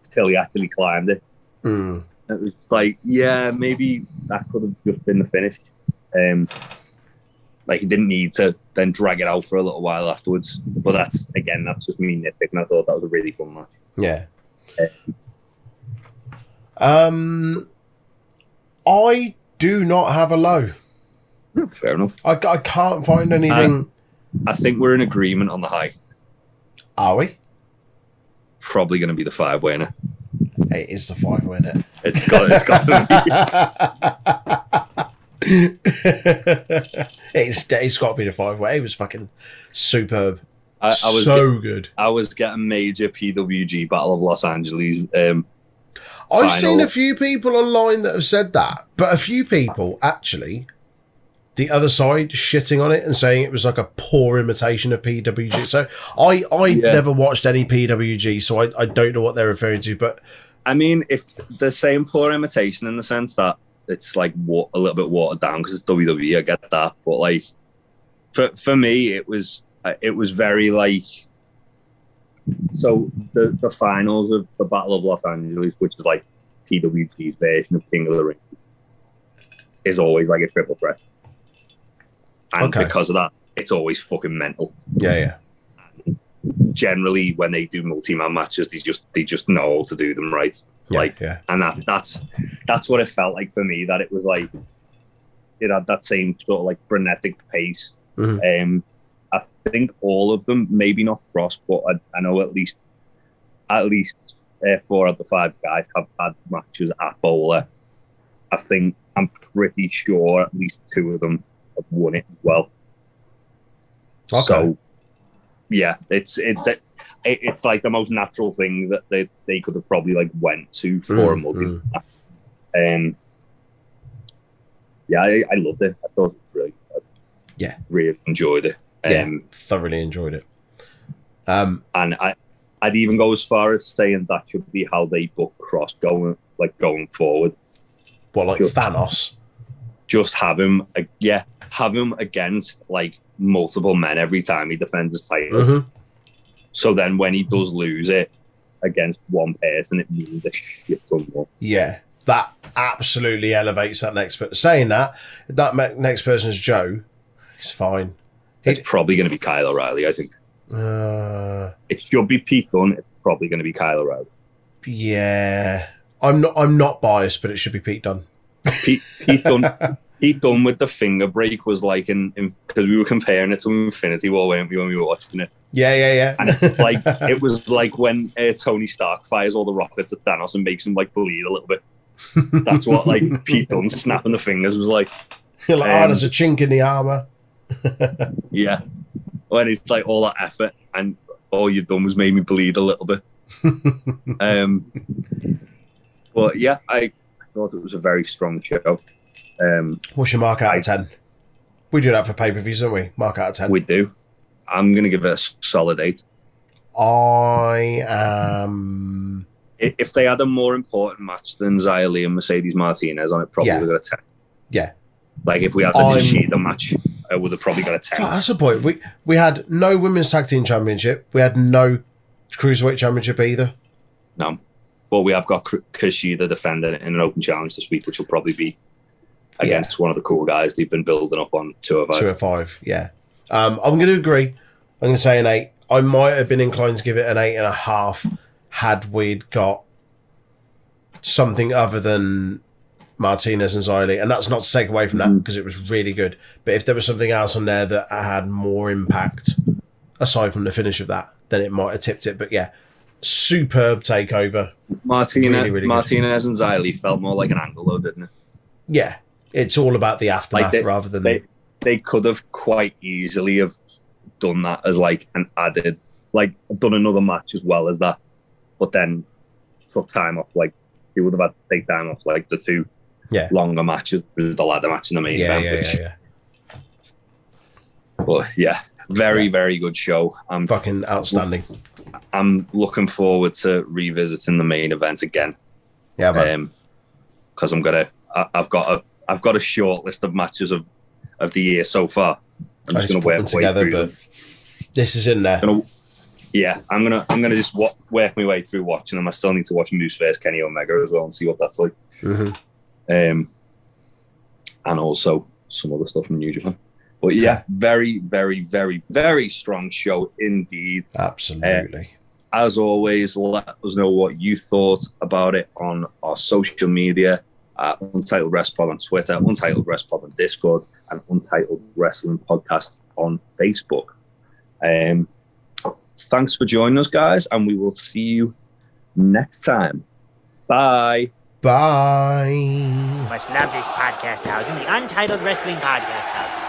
till he actually climbed it.
Mm.
It was like, yeah, maybe that could have just been the finish. Um, like he didn't need to then drag it out for a little while afterwards. But that's again, that's just me nitpicking. I thought that was a really fun match.
Yeah. Um, I do not have a low.
Fair enough.
I, I can't find anything.
I think we're in agreement on the high.
Are we?
Probably going to be the five winner.
It is the five, isn't it?
It's got. It's got to be.
it's it's got to be the five way. It was fucking superb.
I, I was.
so good.
I was getting major PWG Battle of Los Angeles. Um,
I've
final.
seen a few people online that have said that, but a few people actually, the other side shitting on it and saying it was like a poor imitation of PWG. So I I
Yeah.
never watched any PWG, so I, I don't know what they're referring to. But
I mean, if the same poor imitation in the sense that it's like wa- a little bit watered down because it's WWE, I get that, but like for for me, it was uh, it was very like so the the finals of the Battle of Los Angeles, which is like PWG's version of King of the Ring, is always like a triple threat, and
Okay.
because of that, it's always fucking mental
yeah, yeah,
generally when they do multi-man matches they just they just know how to do them right
yeah,
like
yeah,
and that that's that's what it felt like for me that it was like it had that same sort of like frenetic pace um i think all of them maybe not frost but i, I know at least at least uh, four out of the five guys have had matches at bowler i think i'm pretty sure at least two of them have won it as well
okay,
so, yeah, it's it's it, it's like the most natural thing that they, they could have probably like went to for a
Mm,
multi. Um, yeah, I, I loved it. I thought it was really, good.
Yeah.
really enjoyed it.
yeah,
Um,
thoroughly enjoyed it. Um,
and I, I'd even go as far as saying that should be how they book Cross going like going forward.
well, like
Sure.
Thanos.
Just have him, ag- yeah, have him against like multiple men every time he defends his title.
Mhm.
So then when he does lose it against one person, it means a shit ton more.
Yeah, that absolutely elevates that next. But saying that, that me- next person is Joe. It's fine.
It's probably going to be Kyle O'Reilly, I think.
Uh,
It should be Pete Dunne. It's probably going to be Kyle O'Reilly.
yeah, I'm not. I'm not biased, but it should be Pete Dunne.
Pete, Pete Dunne. Pete Dunne with the finger break was like in because we were comparing it to Infinity War, weren't we, when we were watching it?
Yeah, yeah,
And
yeah.
like it was like when uh, Tony Stark fires all the rockets at Thanos and makes him like bleed a little bit. That's what like Pete Dunne snapping the fingers was like.
You're like, oh,
um,
there's a chink in the armor.
Yeah. When it's like all that effort and all you've done was made me bleed a little bit. um, but yeah, I thought it was a very strong show. Um,
What's your mark out of ten? We do that for pay per views, don't we? Mark out of ten.
we do. I'm going to give it a s- solid eight.
I am.
I- If they had a more important match than Xia Li and Mercedes Martinez on it, probably
Yeah.
would have got a 10.
Yeah.
Like if we had the
I'm-
Yoshida match, I would have probably got a 10.
Fuck, Oh, that's the point. We we had no women's tag team championship. We had no cruiserweight championship either.
No. But we have got Kr- Kushida defending it in an open challenge this week, which will probably be against one of the cool guys they've been building up on two of
Two
us.
or five, yeah. Um, I'm going to agree. I'm going to say an eight. I might have been inclined to give it an eight and a half had we'd got something other than Martinez and Ziley. And that's not to take away from that because it was really good. But if there was something else on there that had more impact aside from the finish of that, then it might have tipped it. But yeah, superb takeover.
Martinez,
Really, really good.
Martinez and Xylee felt more like an angle, though, didn't it?
Yeah, it's all about the aftermath
Like they-
rather than
They they could have quite easily have done that as like an added, like done another match as well as that, but then took time off. Like they would have had to take time off, like the two
Yeah.
longer matches, the ladder match and the main
yeah,
event.
yeah, yeah,
which-
yeah.
But yeah, very very good show. I'm
Fucking outstanding.
I'm looking forward to revisiting the main event again.
Yeah, man.
because I'm gonna I, I've got a I've got a short list of matches of of the year so far. I'm
I just
just gonna
put them
work my way
together,
through.
but
them.
this is in there.
Gonna- yeah, I'm gonna I'm gonna just wa- work my way through watching them. I still need to watch Moose vs Kenny Omega as well and see what that's like.
Mhm.
Um, and also some other stuff from New Japan. But yeah, very very very very strong show indeed.
Absolutely.
as always, let us know what you thought about it on our social media at Untitled Wrestling Pod on Twitter, Untitled Wrestling Pod on Discord, and Untitled Wrestling Podcast on Facebook. Um, thanks for joining us, guys, and we will see you next time. Bye.
Bye.
must love this podcast house and the Untitled Wrestling Podcast House.